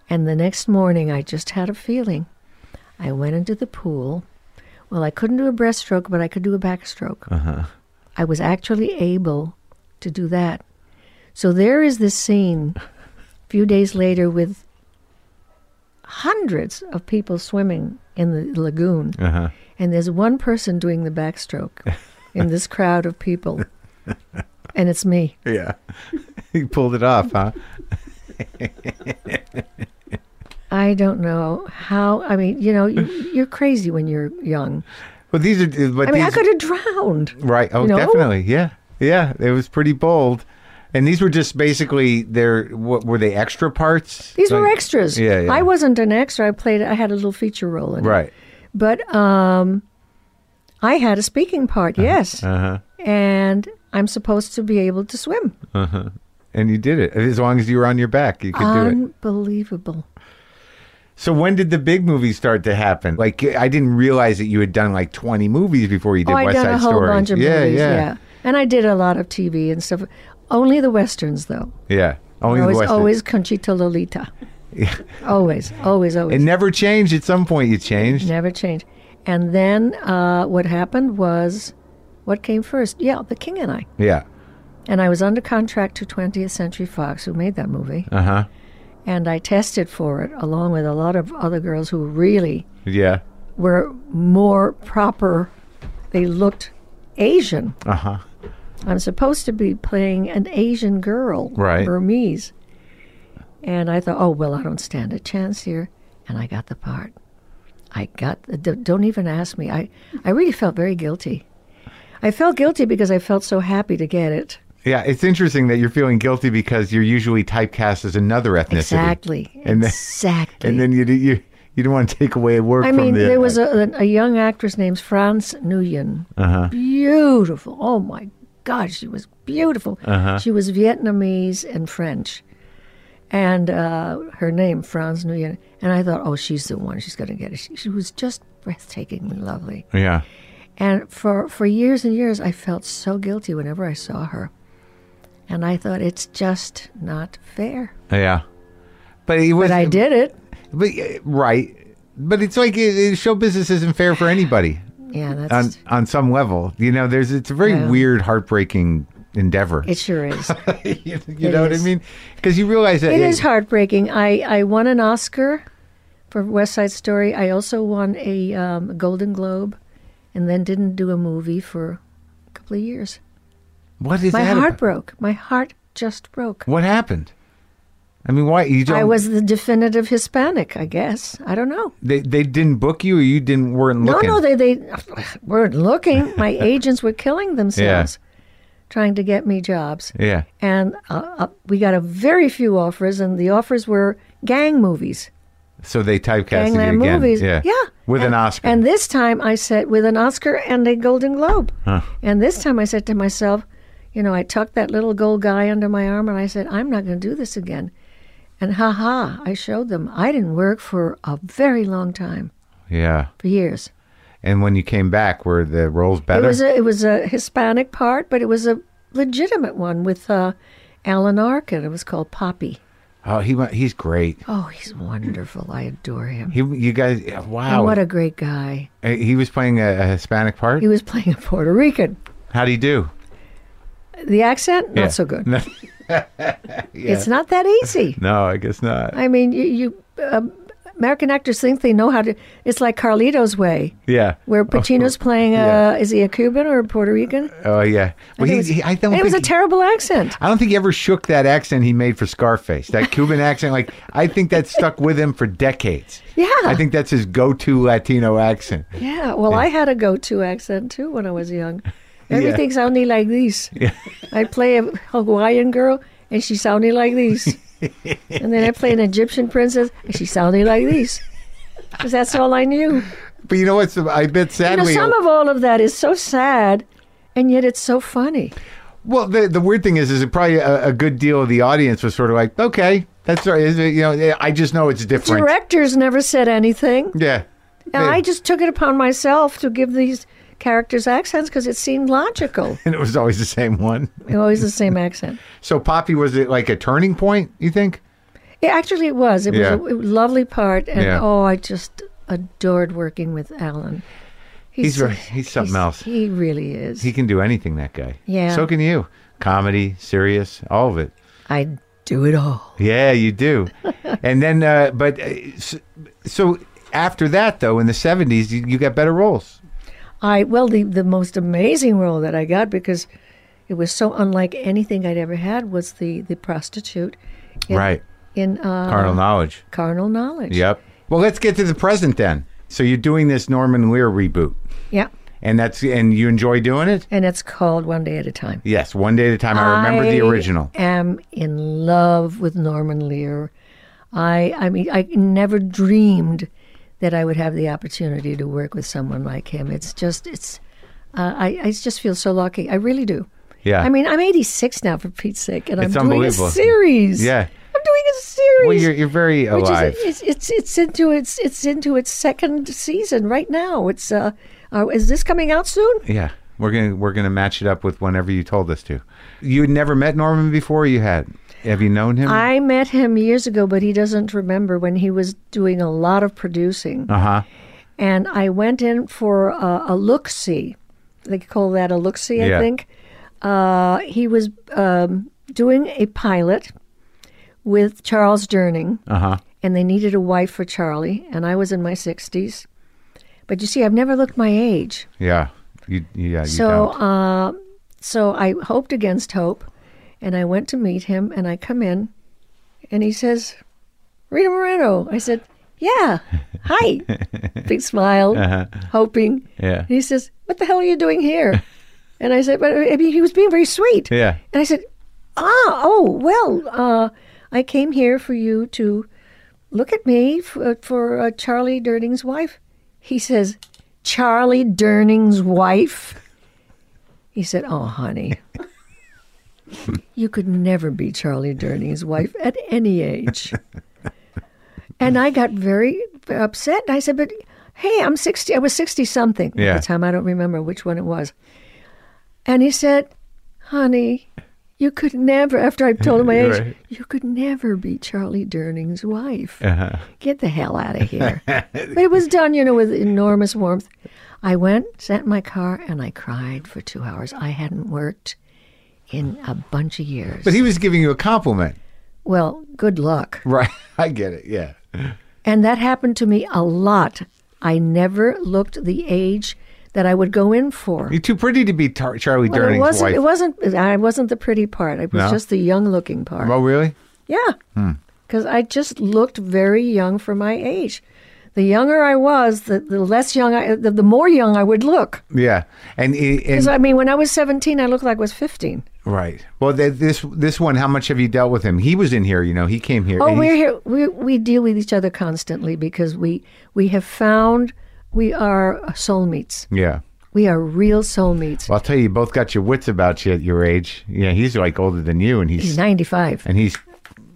And the next morning, I just had a feeling. I went into the pool. Well, I couldn't do a breaststroke, but I could do a backstroke. I was actually able to do that. So there is this scene a few days later with hundreds of people swimming in the lagoon
uh-huh.
and there's one person doing
[laughs]
the backstroke in this crowd of people, and it's me.
Yeah. [laughs] you pulled it off, huh?
I don't know how. I mean, you know, you, you're crazy when you're young.
Well, these are. But
I mean, I
these-
could have drowned.
Right. Oh,
You know?
definitely. Yeah. Yeah. It was pretty bold. And these were just basically their what were they extra parts?
These were
Like-
extras.
Yeah, yeah.
I wasn't an extra. I played. I had a little feature role in it.
Right.
But um, I had a speaking part. Yes.
Uh-huh.
And I'm supposed to be able to swim.
And you did it. As long as you were on your back, you could
Um,
do it.
Unbelievable.
So when did the big movies start to happen? Like I didn't realize that you had done like 20 movies before you did
Oh, I
West
done
Side
a whole
Story.
bunch of
yeah,
movies.
yeah.
yeah. And I did a lot of TV and stuff. Only the westerns though.
Yeah. Only
always,
the West.
always Conchita Lolita.
[laughs]
always, always, always.
It never changed. At some point you changed.
Never change. And then uh, what happened was, what came first? Yeah, The King and I.
Yeah.
And I was under contract to 20th Century Fox, who made that movie.
Uh-huh.
And I tested for it along with a lot of other girls who really
Yeah.
were more proper they looked Asian.
Uh huh.
I'm supposed to be playing an Asian girl,
Right.
Burmese. And I thought, oh, well, I don't stand a chance here. And I got the part. I got, the, d- don't even ask me. I, I really felt very guilty. I felt guilty because I felt so happy to get it.
Yeah, it's interesting that you're feeling guilty because you're usually typecast as another ethnicity.
Exactly.
And then-
exactly.
And then you do- you you don't want to take away work
I
from
mean,
the.
there was a, a young actress named Franz Nguyen.
Uh-huh.
Beautiful. Oh my God, she was beautiful.
Uh-huh.
She was Vietnamese and French. And uh, her name, Franz Nguyen. And I thought, oh, she's the one. She's going to get it. She, she was just breathtakingly lovely.
yeah.
And for, for years and years, I felt so guilty whenever I saw her. And I thought, it's just not fair.
Yeah. But it was.
But I did it.
But, uh, right. But it's like uh, uh, show business isn't fair for anybody
Yeah, [sighs] that's.
on on some level. You know, there's it's a very
Yeah.
weird, heartbreaking endeavor.
it sure is.
[laughs]
[laughs]
you
it
know what I
is.
mean? Because you realize that
It is heartbreaking. I, I won an Oscar for West Side Story. I also won a um, Golden Globe and then didn't do a movie for a couple of years.
What is
My
that?
heart
about?
broke. My heart just broke.
What happened? I mean, why you don't?
I was the definitive Hispanic, I guess. I don't know.
They, they didn't book you, or you didn't weren't looking.
No, no, they, they weren't looking.
[laughs]
My agents were killing themselves trying to get me jobs.
Yeah.
And uh, uh, we got a very few offers, and the offers were gang movies.
So they typecast
Gangland
you again.
movies.
Yeah. With an
And-
Oscar.
And this time I said, with an Oscar and a Golden Globe. And this time I said to myself, you know, I tucked that little gold guy under my arm and I said, I'm not going to do this again. And ha ha, I showed them. I didn't work for a very long time,
yeah.
for years.
And when you came back, were the roles better?
It was a it was a Hispanic part, but it was a legitimate one with uh, Alan Arkin. It was called Poppy.
oh, he wa- he's great.
Oh, he's wonderful. I adore him.
He, you guys, wow.
And what a great guy.
Uh, he was playing a, a Hispanic part.
He was playing a Puerto Rican.
How'd he do?
The accent, not
Yeah.
so good.
No.
It's not that easy. [laughs]
No, I guess not.
I mean, you, you uh, American actors think they know how to. It's like Carlito's Way,
yeah.
where Pacino's playing. Uh,
Yeah.
Is he a Cuban or a Puerto Rican?
Oh, yeah. Well,
it
he,
was-
he- I don't
and it was a
think he- [laughs]
terrible accent.
I don't think he ever shook that accent he made for Scarface, that Cuban accent. Like, I think that stuck with him for decades.
Yeah.
I think that's his go to Latino accent.
Yeah. Well, I had a go-to accent too when I
[laughs]
was young. Everything sounded like this. I play a Hawaiian girl, and she sounded
[laughs]
like this. and then I play an Egyptian princess, and she sounded like this. Because that's all I knew.
But you know what's, I bet
You know,
sadly.
some of all of that is so sad, and yet it's so funny.
Well, the the weird thing is, is it probably a, a good deal of the audience was sort of like, okay, that's all right. Is it, you know, eh, I just know it's different.
Directors never said anything.
Yeah.
And
Yeah.
I just took it upon myself to give these characters accents because it seemed logical.
[laughs]
[laughs]
and it was always the same one.
Always the same accent.
So Poppy was it like a turning point? You think?
It actually it was. It
Yeah.
was a, a lovely part, and
Yeah.
oh, I just adored working with Alan.
He's very- he's something else.
He really is.
He can do anything, that guy.
Yeah.
So can you. Comedy, serious, all of it.
I do it all.
Yeah, you
[laughs]
do. and then, uh, but uh, s- so after that though, in the seventies, you, you got better roles.
I well, the the most amazing role that I got because it was so unlike anything I'd ever had was the the prostitute. In,
Right.
In uh,
Carnal knowledge.
carnal knowledge.
Yep. Well, let's get to the present then. So you're doing this Norman Lear reboot,
Yeah.
and that's and you enjoy doing it.
And it's called One Day at a Time.
Yes, one day at a time. I remember the original.
I am in love with Norman Lear. I I mean I never dreamed that I would have the opportunity to work with someone like him. It's just it's uh, I I just feel so lucky. I really do.
Yeah.
I mean, I'm 86 now for Pete's sake, and
It's
I'm doing a
unbelievable.
series.
Yeah.
I'm doing a series.
Well, you're, you're very
which
alive.
is it's, it's it's into its it's into its second season right now. It's uh, uh is this coming out soon?
yeah, we're gonna we're gonna match it up with whenever you told us to. You had never met Norman before. You had. Have you known him?
I met him years ago, but he doesn't remember when he was doing a lot of producing.
uh huh.
And I went in for a, a look see. They call that a look see,
Yeah.
I think. Uh, he was um, doing a pilot with Charles Durning,
Uh huh.
and they needed a wife for Charlie, and I was in my 60s. But you see, I've never looked my age.
Yeah. You, yeah, you
So,
don't.
uh, so I hoped against hope, and I went to meet him, and I come in, and he says, "Rita Moreno." I said, "Yeah, hi." Big smile, hoping.
Yeah.
And he says, "What the hell are you doing here?" and I said, "But I mean, he was being very sweet."
Yeah. [laughs]
And I said, "Ah, oh well, uh, I came here for you to look at me for, for uh, Charlie Durning's wife." He says, "Charlie Durning's wife." He said, "Oh, honey." You could never be Charlie Durning's wife at any age. and I got very upset. And I said, But hey, I'm 60. I was 60 something
Yeah.
at the time. I don't remember which one it was. And he said, Honey, you could never, after I told
[laughs]
him my age,
Right.
you could never be Charlie Durning's wife. Get the hell out
[laughs]
of here. but it was done, you know, with enormous warmth. I went, sat in my car, and I cried for two hours. I hadn't worked in a bunch of years.
But he was giving you a compliment. [laughs]
Well, good luck.
Right. I get it. Yeah.
And that happened to me a lot. I never looked the age that I would go in for.
You're too pretty to be tar- Charlie
Well, it
Durning's
wasn't.
wife.
It wasn't. I wasn't the pretty part. It was
No?
just the young-looking part.
Oh, really? Hmm.
yeah, because I just looked very young for my age. The younger I was, the, the less young I, the, the more young I would look.
Yeah. And, and,
Because I mean, when I was seventeen, I looked like I was fifteen.
right. Well, th- this this one, how much have you dealt with him? He was in here. You know, he came here.
Oh,
and
we're
he's-
here. We we deal with each other constantly because we we have found we are soulmates.
Yeah.
We are real soulmates.
Well, I'll tell you, you both got your wits about you at your age. Yeah, he's like older than you, and he's
He's 95.
and he's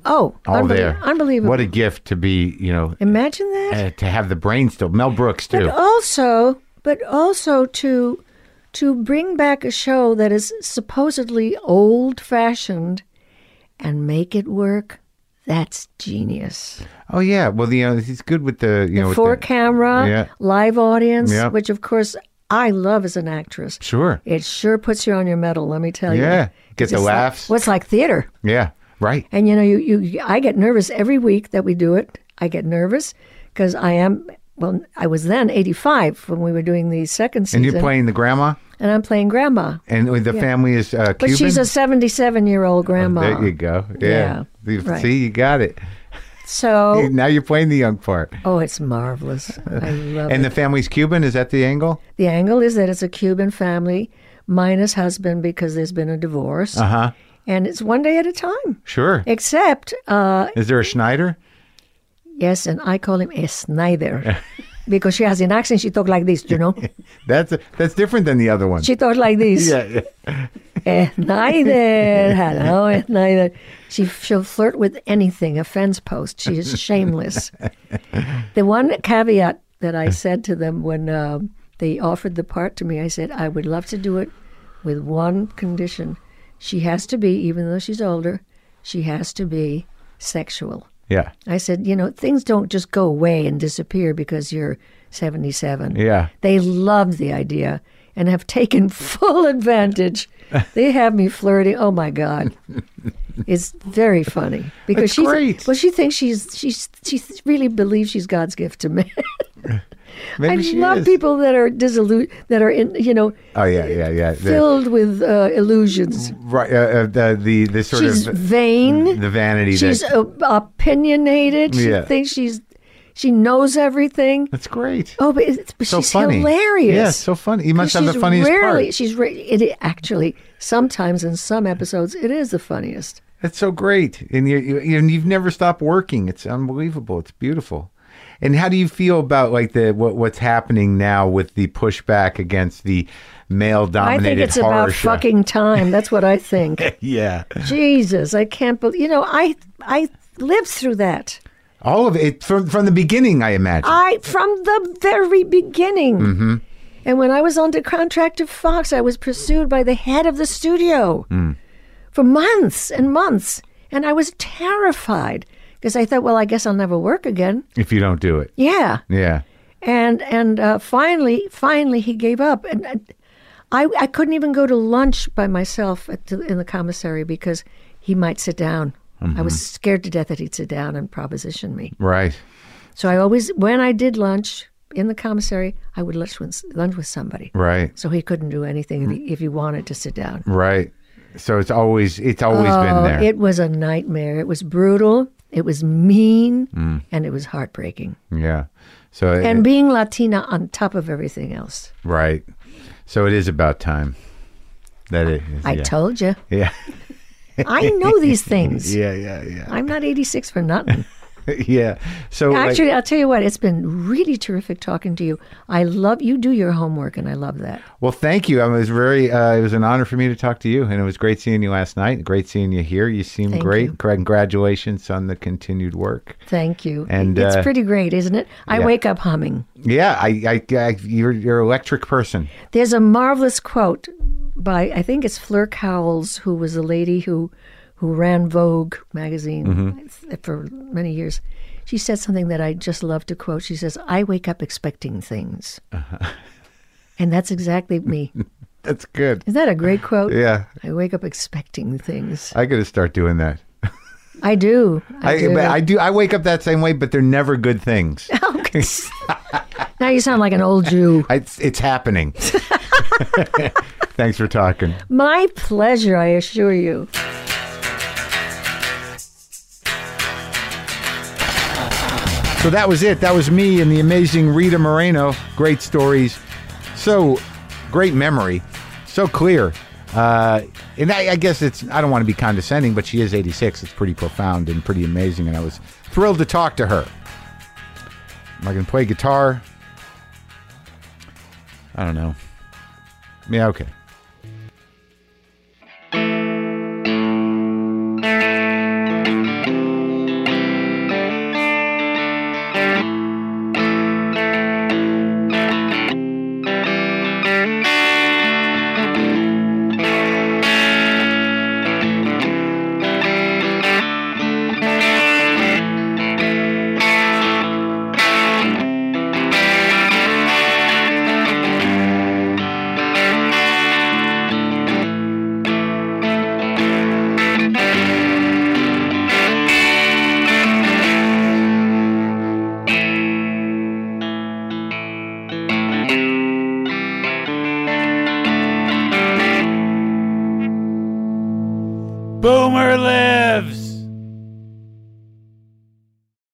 Oh,
all
unbelie-
there.
Unbelievable.
What a gift to be, you know,
Imagine that.
uh, to have the brain still. Mel Brooks too.
But also, but also to to bring back a show that is supposedly old-fashioned and make it work. That's genius.
Oh yeah. Well, you know, he's good with the you know with
Four
the,
camera,
Yeah.
live audience,
Yeah.
which of course I love as an actress.
Sure.
It sure puts you on your metal, let me tell you.
Yeah. Get
It's
the
like-
laughs.
well, it's like theater.
Yeah. Right.
And you know, you, you I get nervous every week that we do it. I get nervous because I am well, I was then 85 when we were doing the second season.
And you're playing the grandma,
and I'm playing grandma.
and the family is uh,
But
Cuban. Oh,
she's a 77 year old grandma.
There you go. Yeah.
Yeah,
You-
right. Oh.
See, you got it.
So,
Now you're playing the young part.
oh, it's marvelous. I love
And
it.
the family's Cuban. Is that the angle?
The angle is that it's a Cuban family minus husband because there's been a divorce.
Uh huh.
And it's one day at a time.
Sure.
Except, uh,
Is there a Schneider?
yes, and I call him
[laughs]
a Snyder because she has an accent. She talk like this, you know?
That's that's different than the other one.
She talk like this.
yeah, yeah.
Eh, neither. Hello, eh, neither. She she'll flirt with anything, a fence post. She is shameless. the one caveat that I said to them when um they offered the part to me, I said I would love to do it with one condition: she has to be, even though she's older, she has to be sexual.
Yeah.
I said, you know, things don't just go away and disappear because you're 77.
Yeah.
They love the idea and have taken [laughs] full advantage. they have me flirting. Oh my God. It's very funny because
That's
she
great.
well she thinks she's she's she really believes she's God's gift to me. I
Maybe she
love
is.
people that are disillu- that are in you know
Oh yeah, yeah, yeah. The,
filled with uh, illusions.
right, uh, uh, the the the sort
She's
of
vain.
the vanity.
She's
that,
o- opinionated. She
Yeah.
thinks she's she knows everything.
that's great.
Oh, but, it's, but
so
she's
funny.
hilarious.
Yeah, so funny. You must have
she's
the funniest
rarely,
part.
She's ra- it actually sometimes in some episodes it is the funniest.
That's so great, and you, you and you've never stopped working. It's unbelievable. It's beautiful. And how do you feel about like the what what's happening now with the pushback against the male
I
dominated
think it's
horror
about
show?
fucking time. That's what I think.
[laughs] yeah.
Jesus, I can't believe. You know, I I lived through that.
All of it from from the beginning, I imagine.
I from the very beginning.
Mm-hmm.
And when I was under contract to Fox, I was pursued by the head of the studio
Mm.
for months and months, and I was terrified because I thought, well, I guess I'll never work again.
if you don't do it,
Yeah.
yeah.
and and uh, finally, finally, he gave up, and uh, I I couldn't even go to lunch by myself at the, in the commissary because he might sit down. I was
Mm-hmm.
scared to death that he'd sit down and proposition me.
Right.
So I always, when I did lunch, in the commissary, I would lunch with, lunch with somebody.
Right.
So he couldn't do anything if he, if he wanted to sit down.
Right. So it's always it's always been
Oh,
Mm-hmm. there.
It was a nightmare. It was brutal. It was mean,
Mm.
and it was heartbreaking.
yeah. So it-
And being Latina on top of everything else,
right. So it is about time. That it is.
I
yeah.
told you, [laughs]
yeah. [laughs]
I know these things.
Yeah, yeah, yeah. [laughs]
I'm not 86 for nothing.
yeah. So like-
Actually, I'll tell you what. It's been really terrific talking to you. I love you. Do your homework, and I love that.
Well, thank you. I was very. Uh, it was an honor for me to talk to you, and it was great seeing you last night. Great seeing you here. You seem
Thank
great.
you.
Congratulations on the continued work.
Thank you.
And,
it's
uh,
pretty great, isn't it? I
yeah.
wake up humming.
Yeah, I, I, I you're you're an electric person.
There's a marvelous quote by I think it's Fleur Cowles, who was a lady who who ran Vogue magazine
Mm-hmm.
for many years. She said something that I just love to quote. She says, "I wake up expecting things,"
Uh-huh.
and that's exactly me.
That's good.
Isn't that a
[laughs]
great quote?
Yeah,
I wake up expecting things.
I got to start doing that.
I do. I,
I
do.
but I do. I wake up that same way, but they're never good
[laughs]
things.
now you sound like an old Jew.
I, it's, it's
[laughs]
happening. Thanks for talking.
My pleasure, I assure you.
So that was it. That was me and the amazing Rita Moreno. Great stories. So great memory. So clear. Uh, and I, I guess it's, I don't want to be condescending, but she is 86. It's pretty profound and pretty amazing. And I was thrilled to talk to her. Am I going to play guitar? I don't know. Yeah, okay.
Boomer lives.